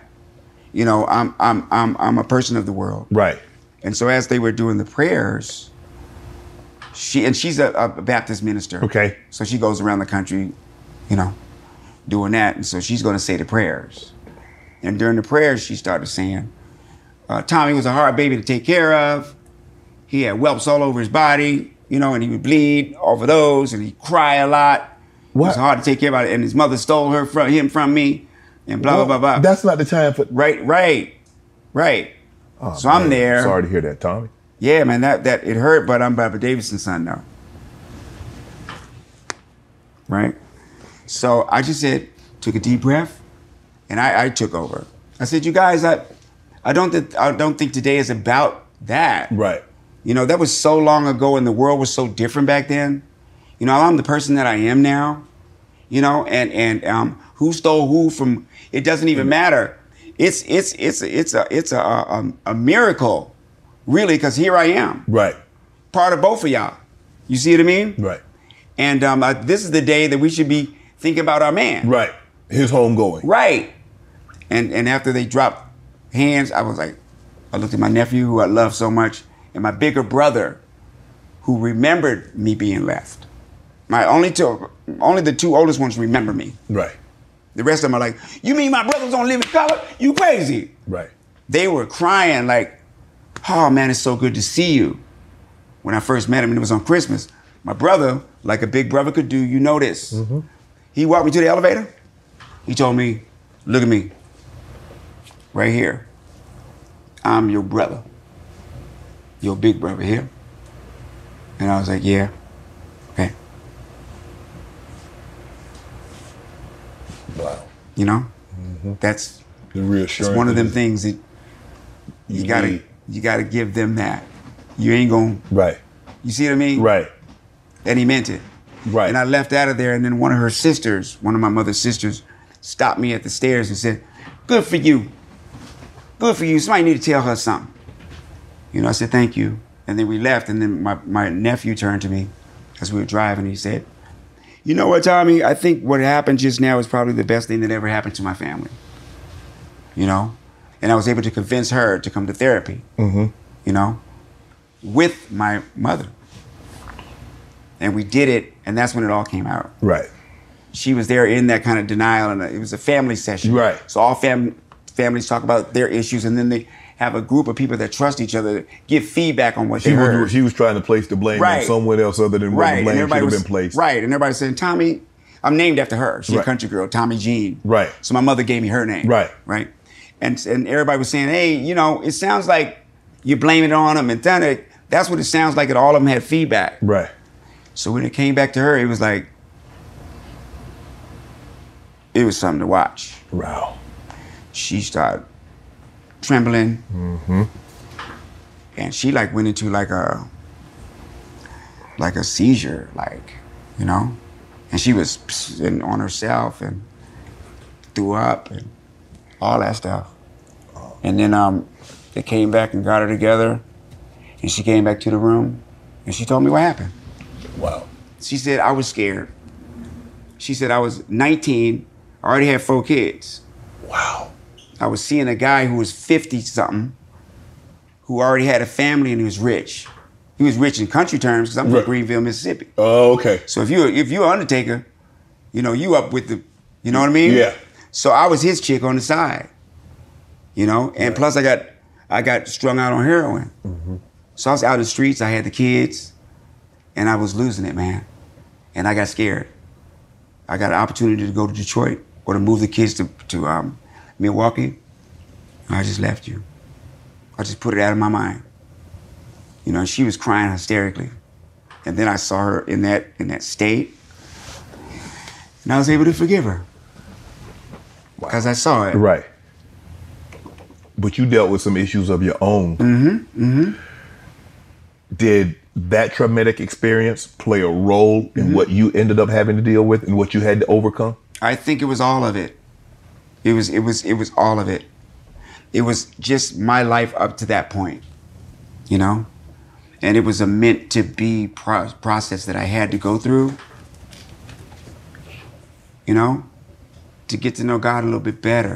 You know, I'm I'm I'm I'm a person of the world.
Right.
And so as they were doing the prayers, she and she's a, a Baptist minister.
Okay.
So she goes around the country, you know, doing that. And so she's going to say the prayers. And during the prayers, she started saying, uh, Tommy was a hard baby to take care of. He had whelps all over his body, you know, and he would bleed over those, and he'd cry a lot. It was
What?
hard to take care of, and his mother stole her from him from me, and blah blah blah blah.
That's not the time for.
right, right, right. so I'm there.
Oh, Sorry to hear that, Tommy.
Yeah, man, that that it hurt, but I'm Barbara Davidson's son now. Right? So I just said, took a deep breath, and I, I took over. I said, you guys, I I don't th- I don't think today is about that.
Right.
You know, that was so long ago and the world was so different back then. You know, I'm the person that I am now. You know, and and um, who stole who from it doesn't even matter. It's it's it's it's a it's a a, a miracle, really, because here I am,
Right.
part of both of y'all. You see what I mean?
Right.
And um, I, this is the day that we should be thinking about our man.
Right. His home going.
Right. And and after they dropped hands, I was like, I looked at my nephew who I love so much, and my bigger brother, who remembered me being left. My only two, only the two oldest ones remember me.
Right.
The rest of them are like, you mean my brother's gonna live in color? You crazy?
Right.
They were crying like, oh man, it's so good to see you. When I first met him, and it was on Christmas, my brother, like a big brother could do, you know this. He walked me to the elevator. He told me, look at me, right here. I'm your brother, your big brother here. And I was like, yeah, okay.
Wow.
You know, that's
The reassurance.
it's one of them things that you, gotta
need.
you gotta give them that. You ain't gonna
Right.
you see what I mean?
Right.
And he meant it.
Right.
And I left out of there and then one of her sisters, one of my mother's sisters, stopped me at the stairs and said, Good for you. Good for you. Somebody need to tell her something. You know, I said, Thank you. And then we left and then my, my nephew turned to me as we were driving, he said, You know what, Tommy? I think what happened just now is probably the best thing that ever happened to my family. You know? And I was able to convince her to come to therapy. Mm-hmm. You know? With my mother. And we did it, and that's when it all came out.
Right.
She was there in that kind of denial, and it was a family session.
Right.
So all fam- families talk about their issues, and then they have a group of people that trust each other, that give feedback on what
She
they
was,
heard.
she was trying to place the blame on
Right.
someone else other than where
right,
the
and
blame should
everybody
have
was
been placed.
right, and everybody's saying Tommy. I'm named after her. She's
Right.
a country girl, Tommy Jean.
Right.
So my mother gave me her name.
Right.
Right. and and everybody was saying, hey, you know, it sounds like you blame it on them, and then it, that's what it sounds like. And all of them had feedback.
Right.
So when it came back to her, it was like it was something to watch.
Wow.
She started trembling, and she like went into like a like a seizure, like you know, and she was pss- and on herself and threw up and all that stuff. And then um, they came back and got her together, and she came back to the room, and she told me what happened.
Wow.
She said, I was scared. She said, I was 19. I already had four kids.
Wow.
I was seeing a guy who was 50 something, who already had a family and he was rich. He was rich in country terms because I'm from
Right.
Greenville, Mississippi.
Oh, okay.
So if you if you're Undertaker, you know you up with the, you know what I mean?
Yeah.
So I was his chick on the side, you know, and plus I got I got strung out on heroin. So I was out in the streets. I had the kids, and I was losing it, man. And I got scared. I got an opportunity to go to Detroit or to move the kids to to um, Milwaukee. I just left you. I just put it out of my mind. You know, she was crying hysterically. And then I saw her in that in that state. And I was able to forgive her. Because I saw it.
Right. But you dealt with some issues of your own. Mm-hmm. Mm-hmm. Did that traumatic experience play a role
Mm-hmm.
in what you ended up having to deal with and what you had to overcome?
I think it was all of it. It was it was it was all of it. It was just my life up to that point, you know, and it was a meant to be pro- process that I had to go through, you know, to get to know God a little bit better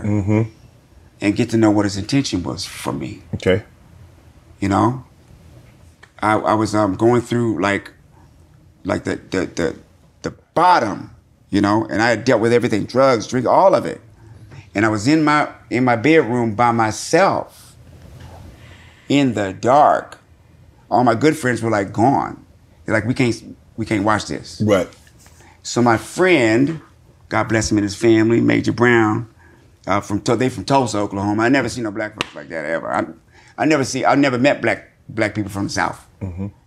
and get to know what His intention was for me
Okay.
you know i, I was um, going through like like the, the the the bottom you know and i had dealt with everything drugs drink all of it and i was in my in my bedroom by myself in the dark all my good friends were like gone they're like we can't we can't watch this
Right.
so my friend, God bless him and his family, Major Brown, uh, from Tul- they from Tulsa, Oklahoma. I never seen no black folks like that ever. I, I never see. I never met black black people from the South.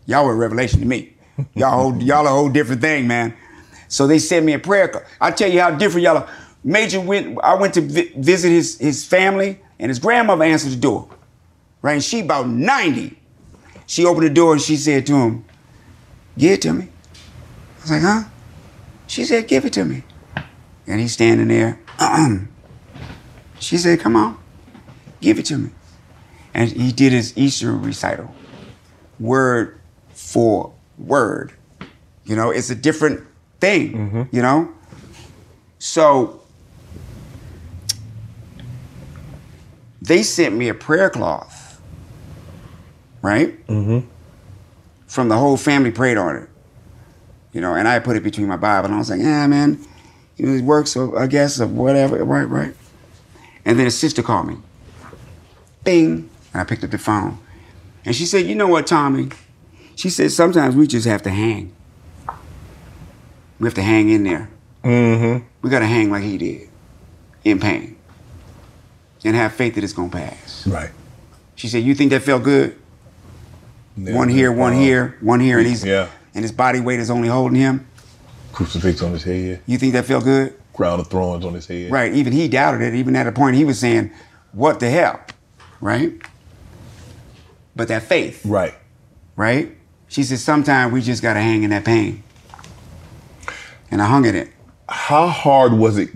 Y'all were a revelation to me. Y'all whole, y'all a whole different thing, man. So they sent me a prayer. card. I tell you how different y'all. Are. Major went. I went to vi- visit his his family, and his grandmother answered the door. Right, and she about ninety. She opened the door and she said to him, "Give it to me." I was like, "Huh?" She said, give it to me. And he's standing there. she said, come on, give it to me. And he did his Easter recital, word for word. You know, it's a different thing, you know? So they sent me a prayer cloth, right? Mm-hmm. From the whole family prayed on it you know, and I put it between my Bible, and I was like, ah, man, you know, it works, so I guess, or whatever, right, right. And then a sister called me. Bing. And I picked up the phone. And she said, you know what, Tommy? She said, sometimes we just have to hang. We have to hang in there. Mm-hmm. We got to hang like he did, in pain, and have faith that it's going to pass.
Right.
She said, you think that felt good? one here,
Uh,
one here, one here, and he's
Yeah.
and his body weight is only holding him.
Crucifix on his head.
You think that felt good?
Crown of thorns on his head.
Right. Even he doubted it. Even at a point, he was saying, "What the hell?" Right. But that faith,
Right.
right? She said, "Sometimes we just gotta hang in that pain." And I hung in it.
how hard was it?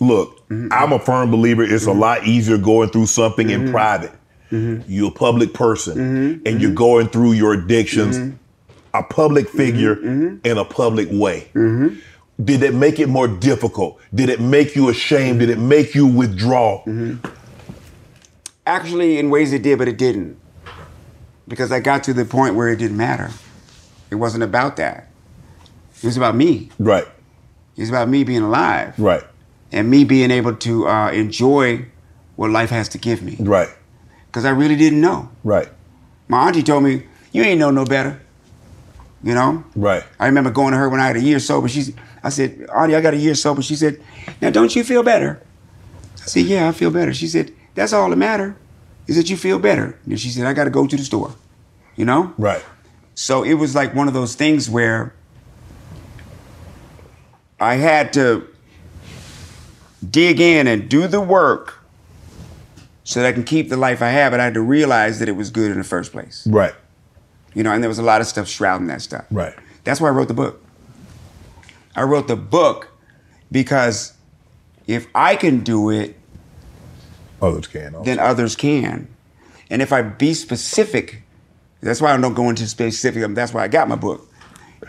Look,
Mm-hmm.
I'm a firm believer it's a lot easier going through something in private.
Mm-hmm.
You're a public person and you're going through your addictions,
Mm-hmm.
a public figure in a public way.
Mm-hmm.
Did it make it more difficult? Did it make you ashamed? Did it
Mm-hmm.
make you withdraw?
Actually, in ways it did, but it didn't, because I got to the point where it didn't matter. It wasn't about that. It was about me.
Right,
It was about me being alive.
right,
and me being able to uh, enjoy what life has to give me.
right,
Because I really didn't know.
right,
My auntie told me, You ain't know no better. You know?
right.
I remember going to her when I had a year sober. She's, I said, Auntie, I got a year sober. She said, Now don't you feel better? I said, Yeah, I feel better. She said, That's all that matter is that you feel better. And she said, I got to go to the store, you know?
Right.
So it was like one of those things where I had to dig in and do the work so that I can keep the life I have. And I had to realize that it was good in the first place,
Right.
you know? And there was a lot of stuff shrouding that stuff.
Right.
That's why I wrote the book. I wrote the book because if I can do it,
Others can. also.
then others can. And if I be specific, that's why I don't go into specific. That's why I got my book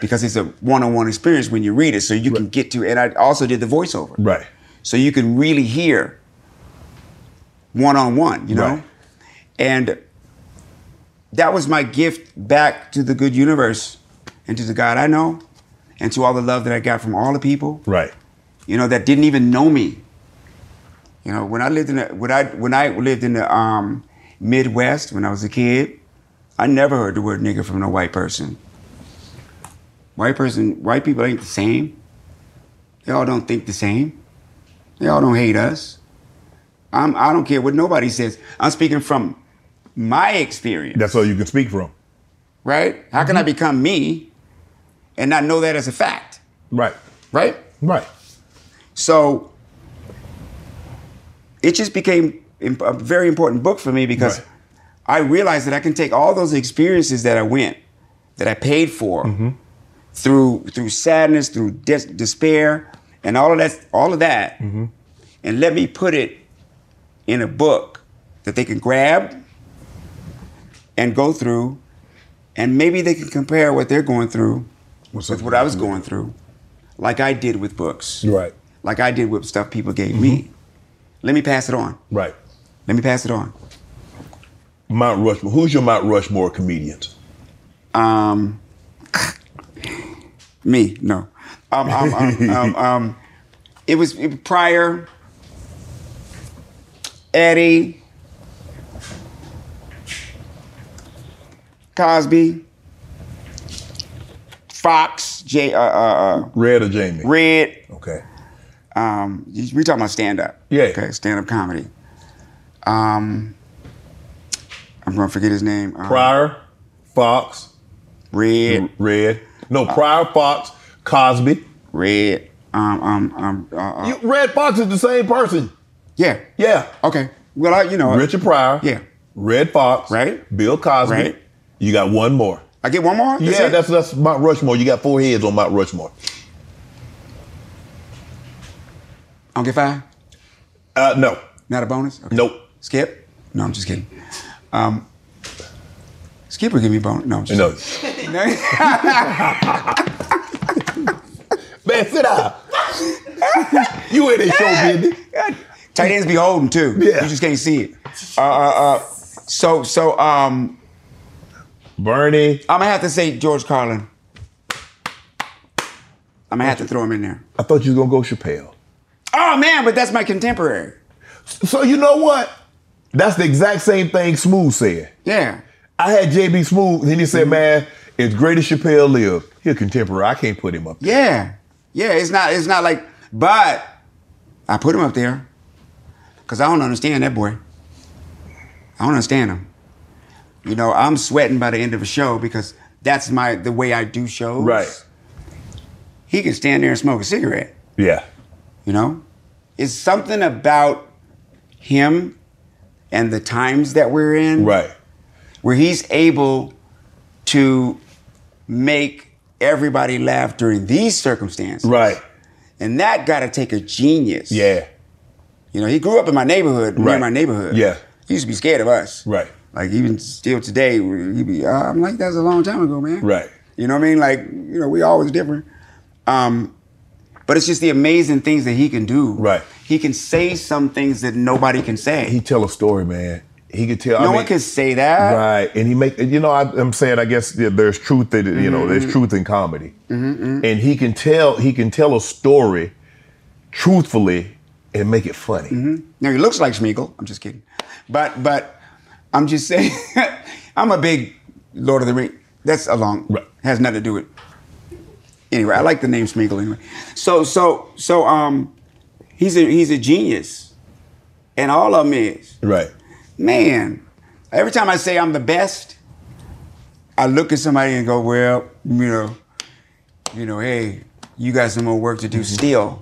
because it's a one-on-one experience when you read it, so you can get to. And I also did the voiceover,
Right.
so you can really hear one-on-one. You know,
Right.
and that was my gift back to the good universe and to the God I know, and to all the love that I got from all the people
Right.
you know, that didn't even know me. You know, when I lived in the when I when I lived in the um, Midwest when I was a kid, I never heard the word nigger from no white person. White person, white people ain't the same. They all don't think the same. They all don't hate us. I'm I don't care what nobody says. I'm speaking from my experience
That's all you can speak from.
right? How can I become me and not know that as a fact,
Right.
right?
Right.
So it just became im- a very important book for me because
Right.
I realized that I can take all those experiences that I went, that I paid for,
Mm-hmm.
through through sadness, through des- despair, and all of that, all of that,
Mm-hmm.
and let me put it in a book that they can grab and go through, and maybe they can compare what they're going through with what I was going through, like I did with books
Right.
like I did with stuff people gave me. Let me pass it on.
Right.
Let me pass it on.
Mount Rushmore. Who's your Mount Rushmore comedians?
Um, me, no. Um, um, um, um, um, it was it- Pryor, Eddie, Cosby, Fox, J, uh, uh, uh,
Red or Jamie?
Red.
Okay.
Um, we talking about stand up.
Yeah.
Okay, stand up comedy. Um, I'm gonna forget his name. Um,
Pryor, Fox,
Red.
Red.
Uh,
No, Pryor, Fox, Cosby.
Red. Um. Um. Um. Uh, uh,
You- Red Fox is the same person.
yeah.
Yeah.
Okay. Well, I, you know,
Richard Pryor.
uh, Yeah.
Red Fox.
Right.
Bill Cosby.
Right.
You got one more.
I get one more.
yeah,
it?
that's that's Mount Rushmore. You got four heads on Mount Rushmore.
I'll get five.
Uh, no,
Not a bonus. Okay.
nope.
Skip. No, I'm just kidding. Um. Skip will give me bonus. No, I'm just
No.
no.
Man, sit down. you in this show business.
Tight ends be holding too.
Yeah.
You just can't see it. Uh. Uh. uh so. So. Um.
Bernie.
I'm gonna have to say George Carlin. I'm gonna have to throw him in there.
I thought you was gonna go Chappelle.
Oh man, but that's my contemporary.
So you know what? That's the exact same thing Smooth said.
Yeah.
I had JB Smooth, and he said,
Mm-hmm.
"Man, as great as Chappelle lived, he a contemporary. I can't put him up." there."
Yeah. Yeah, it's not it's not like but I put him up there. Cause I don't understand that boy. I don't understand him. You know, I'm sweating by the end of a show because that's my the way I do shows.
Right.
He can stand there and smoke a cigarette.
Yeah.
You know? It's something about him and the times that we're in.
Right.
where he's able to make everybody laugh during these circumstances.
Right.
And that got to take a genius.
Yeah.
You know, he grew up in my neighborhood, near
Right.
my neighborhood.
Yeah.
He used to be scared of us.
Right.
Like even still today, he be, uh, I'm like, that's a long time ago, man.
Right.
You know what I mean? Like, you know, we always different. Um, but it's just the amazing things that he can do.
Right.
He can say some things that nobody can say.
He tell a story, man. He could tell.
no
I mean,
one can say that.
Right, and he make you know I, I'm saying I guess that there's truth that you know
Mm-hmm.
there's truth in comedy, and he can tell he can tell a story truthfully and make it funny.
Now he looks like Schmeagle. I'm just kidding, but but I'm just saying. I'm a big Lord of the Ring. That's a long
Right.
has nothing to do with. Anyway, I like the name Schmeagle anyway. So so so um, he's a he's a genius, and all of them is.
Right.
Man, every time I say I'm the best, I look at somebody and go, well, you know, you know, hey, you got some more work to do
Mm-hmm.
still.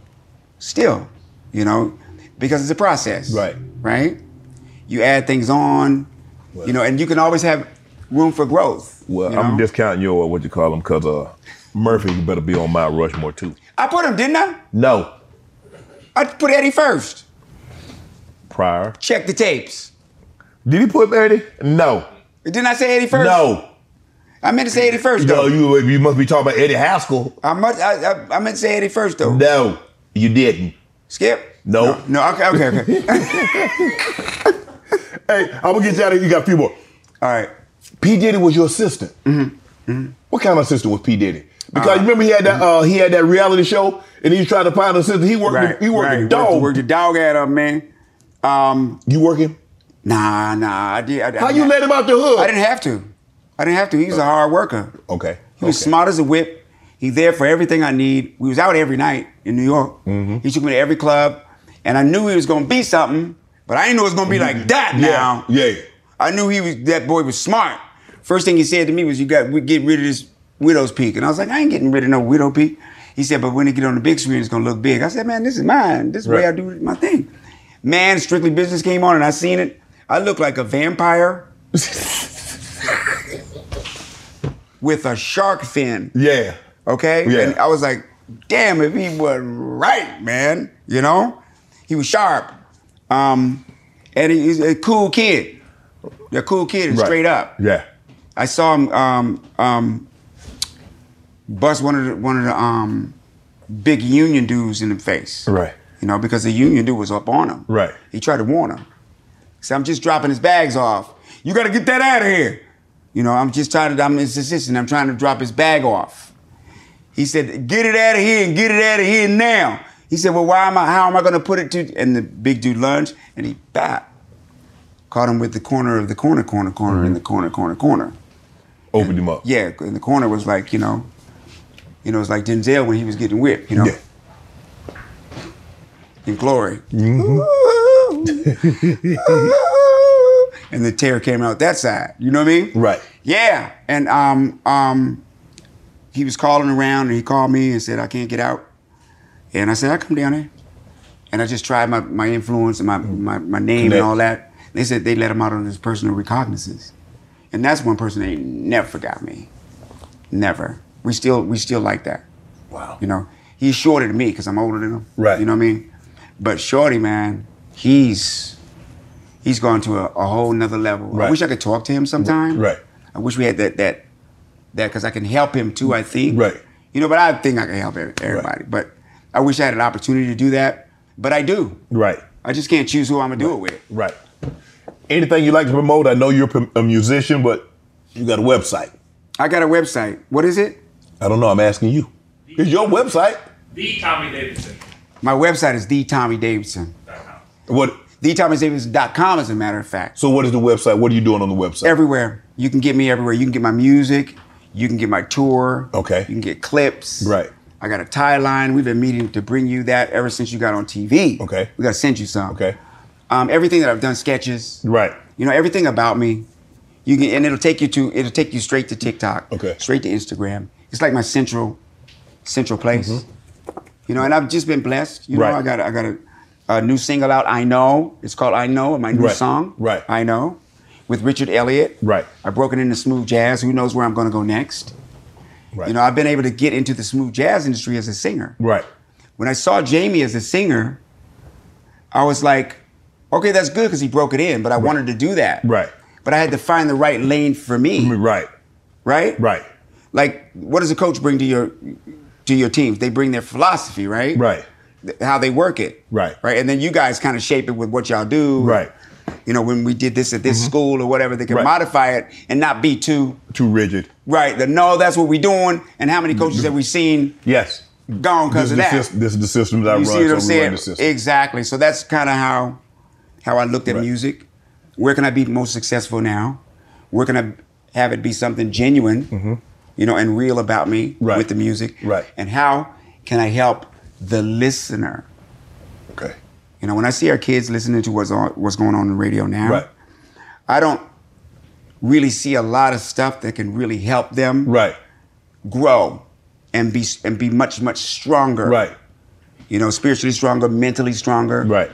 Still, you know, because it's a process.
Right.
Right? You add things on, you know, and you can always have room for growth.
Well,
you
I'm
know?
discounting your what you call them because uh, Murphy you better be on my Rushmore too.
I put him, didn't I?
No,
I put Eddie first.
Pryor.
Check the tapes.
Did he put Eddie? No,
Didn't I say Eddie first?
no.
I meant to say Eddie first,
No,
though.
you you must be talking about Eddie Haskell.
I, must, I, I, I meant to say Eddie first, though.
No, you didn't.
Skip?
No.
No, no, okay, okay, okay.
Hey, I'm gonna get you out of here. You got a few more.
All right.
P Diddy was your assistant.
Mm-hmm.
What kind of assistant was P Diddy? Because you remember he had that uh, he had that reality show and he tried to find an assistant. He worked
Right.
he worked
right.
a dog.
Worked, worked the dog at him, man. Um,
you working?
nah, nah. I did. I,
How you let him out the hood?
I didn't have to. I didn't have to. He was a hard worker.
Okay.
He was
okay.
smart as a whip. He there for everything I need. We was out every night in New York.
Mm-hmm.
He took me to every club, and I knew he was gonna be something, but I didn't know it was gonna be like that
Mm-hmm. Yeah.
now.
Yeah.
I knew he was that boy was smart. First thing he said to me was, "You got we get rid of this widow's peak," and I was like, "I ain't getting rid of no widow peak." He said, "But when it get on the big screen, it's gonna look big." I said, "Man, this is mine. This is the way I
Right.
do my thing." Man, Strictly Business came on, and I seen it. I looked like a vampire with a shark fin.
Yeah.
Okay?
Yeah.
And I was like, damn, if he was right, man, you know? He was sharp. Um, and he- he's a cool kid. A cool kid, and
Right.
straight up.
Yeah.
I saw him um, um, bust one of the, one of the um, big union dudes in the face.
Right.
You know, because the union dude was up on him.
Right.
He tried to warn him. So I'm just dropping his bags off. You gotta get that out of here. You know, I'm just trying to, I'm his assistant. I'm trying to drop his bag off. He said, get it out of here and get it out of here now. He said, well, why am I, how am I gonna put it to, and the big dude lunged and he, bap, caught him with the corner of the corner, corner, corner,
Mm-hmm.
in the corner, corner, corner.
Opened him up.
Yeah, in the corner was like, you know, you know, it's like Denzel when he was getting whipped, you know,
Yeah. Mm-hmm.
in glory. Ooh. and the tear came out that side. You know what I mean?
Right.
Yeah. And um, um, he was calling around and he called me and said, I can't get out. And I said, I come down here. And I just tried my, my influence and my, my, my name and
Mm. Connect.
all that. They said they let him out on his personal recognizance. And that's one person they never forgot me. Never. We still we still like that.
Wow.
You know, he's shorter than me because I'm older than him.
Right.
You know what I mean? But Shorty, man, he's he's gone to a, a whole nother level. I
Right.
wish I could talk to him sometime.
Right.
I wish we had that that that because I can help him too. I think.
Right.
You know, but I think I can help every- everybody. But I wish I had an opportunity to do that. But I do.
Right.
I just can't choose who I'm gonna do it with.
Right. Anything you like to promote? I know you're a prom- a musician, but you got a website.
I got a website. What is it?
I don't know. I'm asking you. It's your website.
The Tommy Davidson.
My website is the Tommy Davidson.
What?
TheTommyDavidson.com, as a matter of fact.
So what is the website? What are you doing on the website?
everywhere. You can get me everywhere. You can get my music. You can get my tour.
Okay.
You can get clips.
Right.
I got a tie line. We've been meeting to bring you that ever since you got on TV.
Okay.
We got to send you some.
Okay.
Um, everything that I've done, sketches.
Right.
You know everything about me. You can, and it'll take you to it'll take you straight to TikTok.
Okay.
Straight to Instagram. It's like my central, central place. You know, and I've just been blessed. You
Mm-hmm. Right.
know, I got I got a, a new single out. I know it's called I Know, my new
Right.
song.
Right.
I know, with Richard Elliott.
Right.
I've broken into smooth jazz. Who knows where I'm going to go next?
Right.
You know, I've been able to get into the smooth jazz industry as a singer
right.
when I saw Jamie as a singer, I was like, okay, that's good because he broke it in, but I wanted to do that.
Right. Mm,
But I had to find the right lane for me,
Right.
right?
Right.
Like, what does a coach bring to your to your teams? They bring their philosophy, right?
Right.
Th- How they work it.
Right.
Right. And then you guys kind of shape it with what y'all do.
Right. Mm-hmm.
You know, when we did this at this school or whatever, they can
Right.
modify it and not be too
Too rigid.
right. The no, that's what we're doing. And how
Mm-hmm.
many coaches have we seen
Yes.
gone because of
this,
that?
is the sys- this is the system that
You
I
see
run.
what
so
I'm
we run
saying?
the system.
Exactly. So that's kind of how how I looked at
Right.
music. Where can I be most successful now? Where can I have it be something genuine, you know, and real about me
Mm-hmm. Right.
with the music?
Right.
And how can I help the listener?
okay.
You know, when I see our kids listening to what's on, what's going on in the radio now,
Right.
I don't really see a lot of stuff that can really help them
Right.
grow and be and be much much stronger.
Right.
You know, spiritually stronger, mentally stronger.
Right.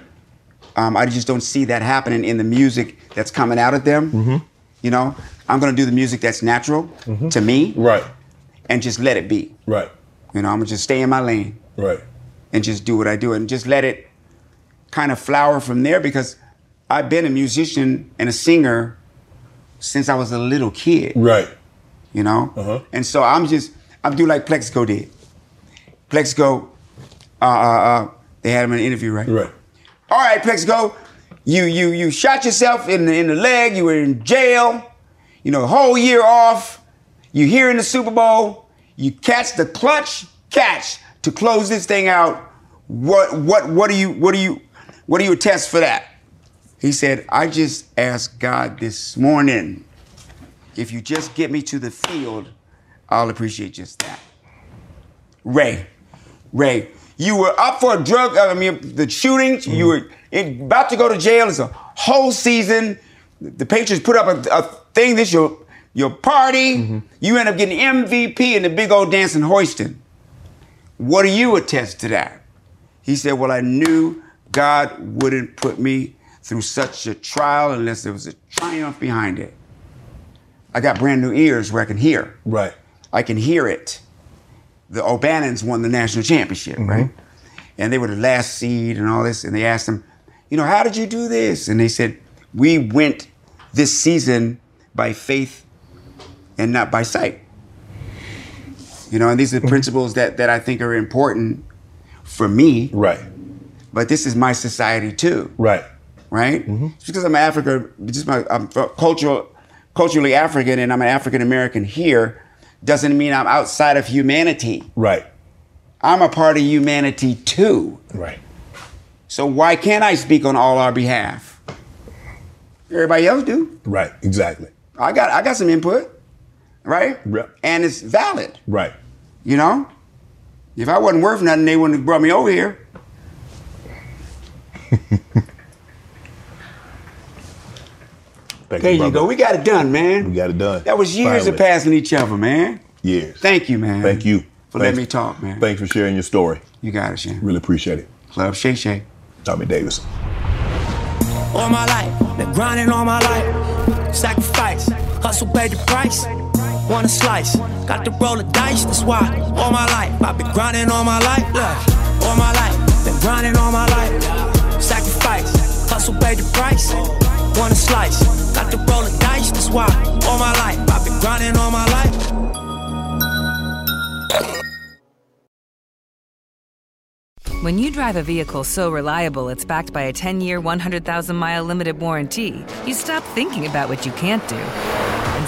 Um, I just don't see that happening in the music that's coming out of them.
Mm-hmm.
You know, I'm gonna do the music that's natural to me,
Right.
and just let it be.
Right.
You know, I'm gonna just stay in my lane
Right.
and just do what I do and just let it kind of flower from there because I've been a musician and a singer since I was a little kid,
Right.
you know?
Uh-huh.
And so I'm just, I do like Plexico did. Plexico, uh, uh, uh, they had him in an interview, right?
Right.
All right, Plexico, you, you, you shot yourself in the, in the leg, you were in jail, you know, whole year off, you here in the Super Bowl, you catch the clutch catch to close this thing out. What, what, what do you, what do you, what do you attest for that? He said, I just asked God this morning, if you just get me to the field, I'll appreciate just that. Ray, Ray, you were up for a drug, I mean, the shooting, you were in, about to go to jail. It's a whole season. The Patriots put up a, a thing, this your, your party. You end up getting MVP in the big old dance in Houston. What do you attest to that? He said, Well, I knew God wouldn't put me through such a trial unless there was a triumph behind it. I got brand new ears where I can hear.
Right.
I can hear it. The O'Bannons won the national championship, right? And they were the last seed and all this. And they asked them, you know, how did you do this? And they said, we went this season by faith and not by sight. You know, and these are principles that, that I think are important for me,
Right.
but this is my society too
Right.
right?
Mm-hmm.
Just because I'm African, just my I'm f- cultural, culturally African, and I'm an African American here, doesn't mean I'm outside of humanity.
Right.
I'm a part of humanity too.
Right.
So why can't I speak on all our behalf? Everybody else do.
Right. Exactly.
I got I got some input, right?
Yep.
And it's valid,
Right.
you know. If I wasn't worth nothing, they wouldn't have brought me over here.
Thank
There you
brother.
go. We got it done, man.
We got it done.
That was years
Finally.
of passing each other, man.
Years.
Thank you, man.
Thank you.
For letting
Thanks.
me talk, man.
Thanks for sharing your story.
You got it, Shannon.
Really appreciate it.
Love Shay Shay.
Tommy Davis.
all my life, been grinding all my life. Sacrifice, hustle paid the price. Want a slice, got to roll the dice, that's why. All my life, I've been grinding all my life. Look, all my life, been grinding all my life. Sacrifice, hustle paid the price. Want a slice, got to roll the dice, that's why. All my life, I've been grinding all my life.
When you drive a vehicle so reliable it's backed by a 10 year, 100,000 mile limited warranty, you stop thinking about what you can't do and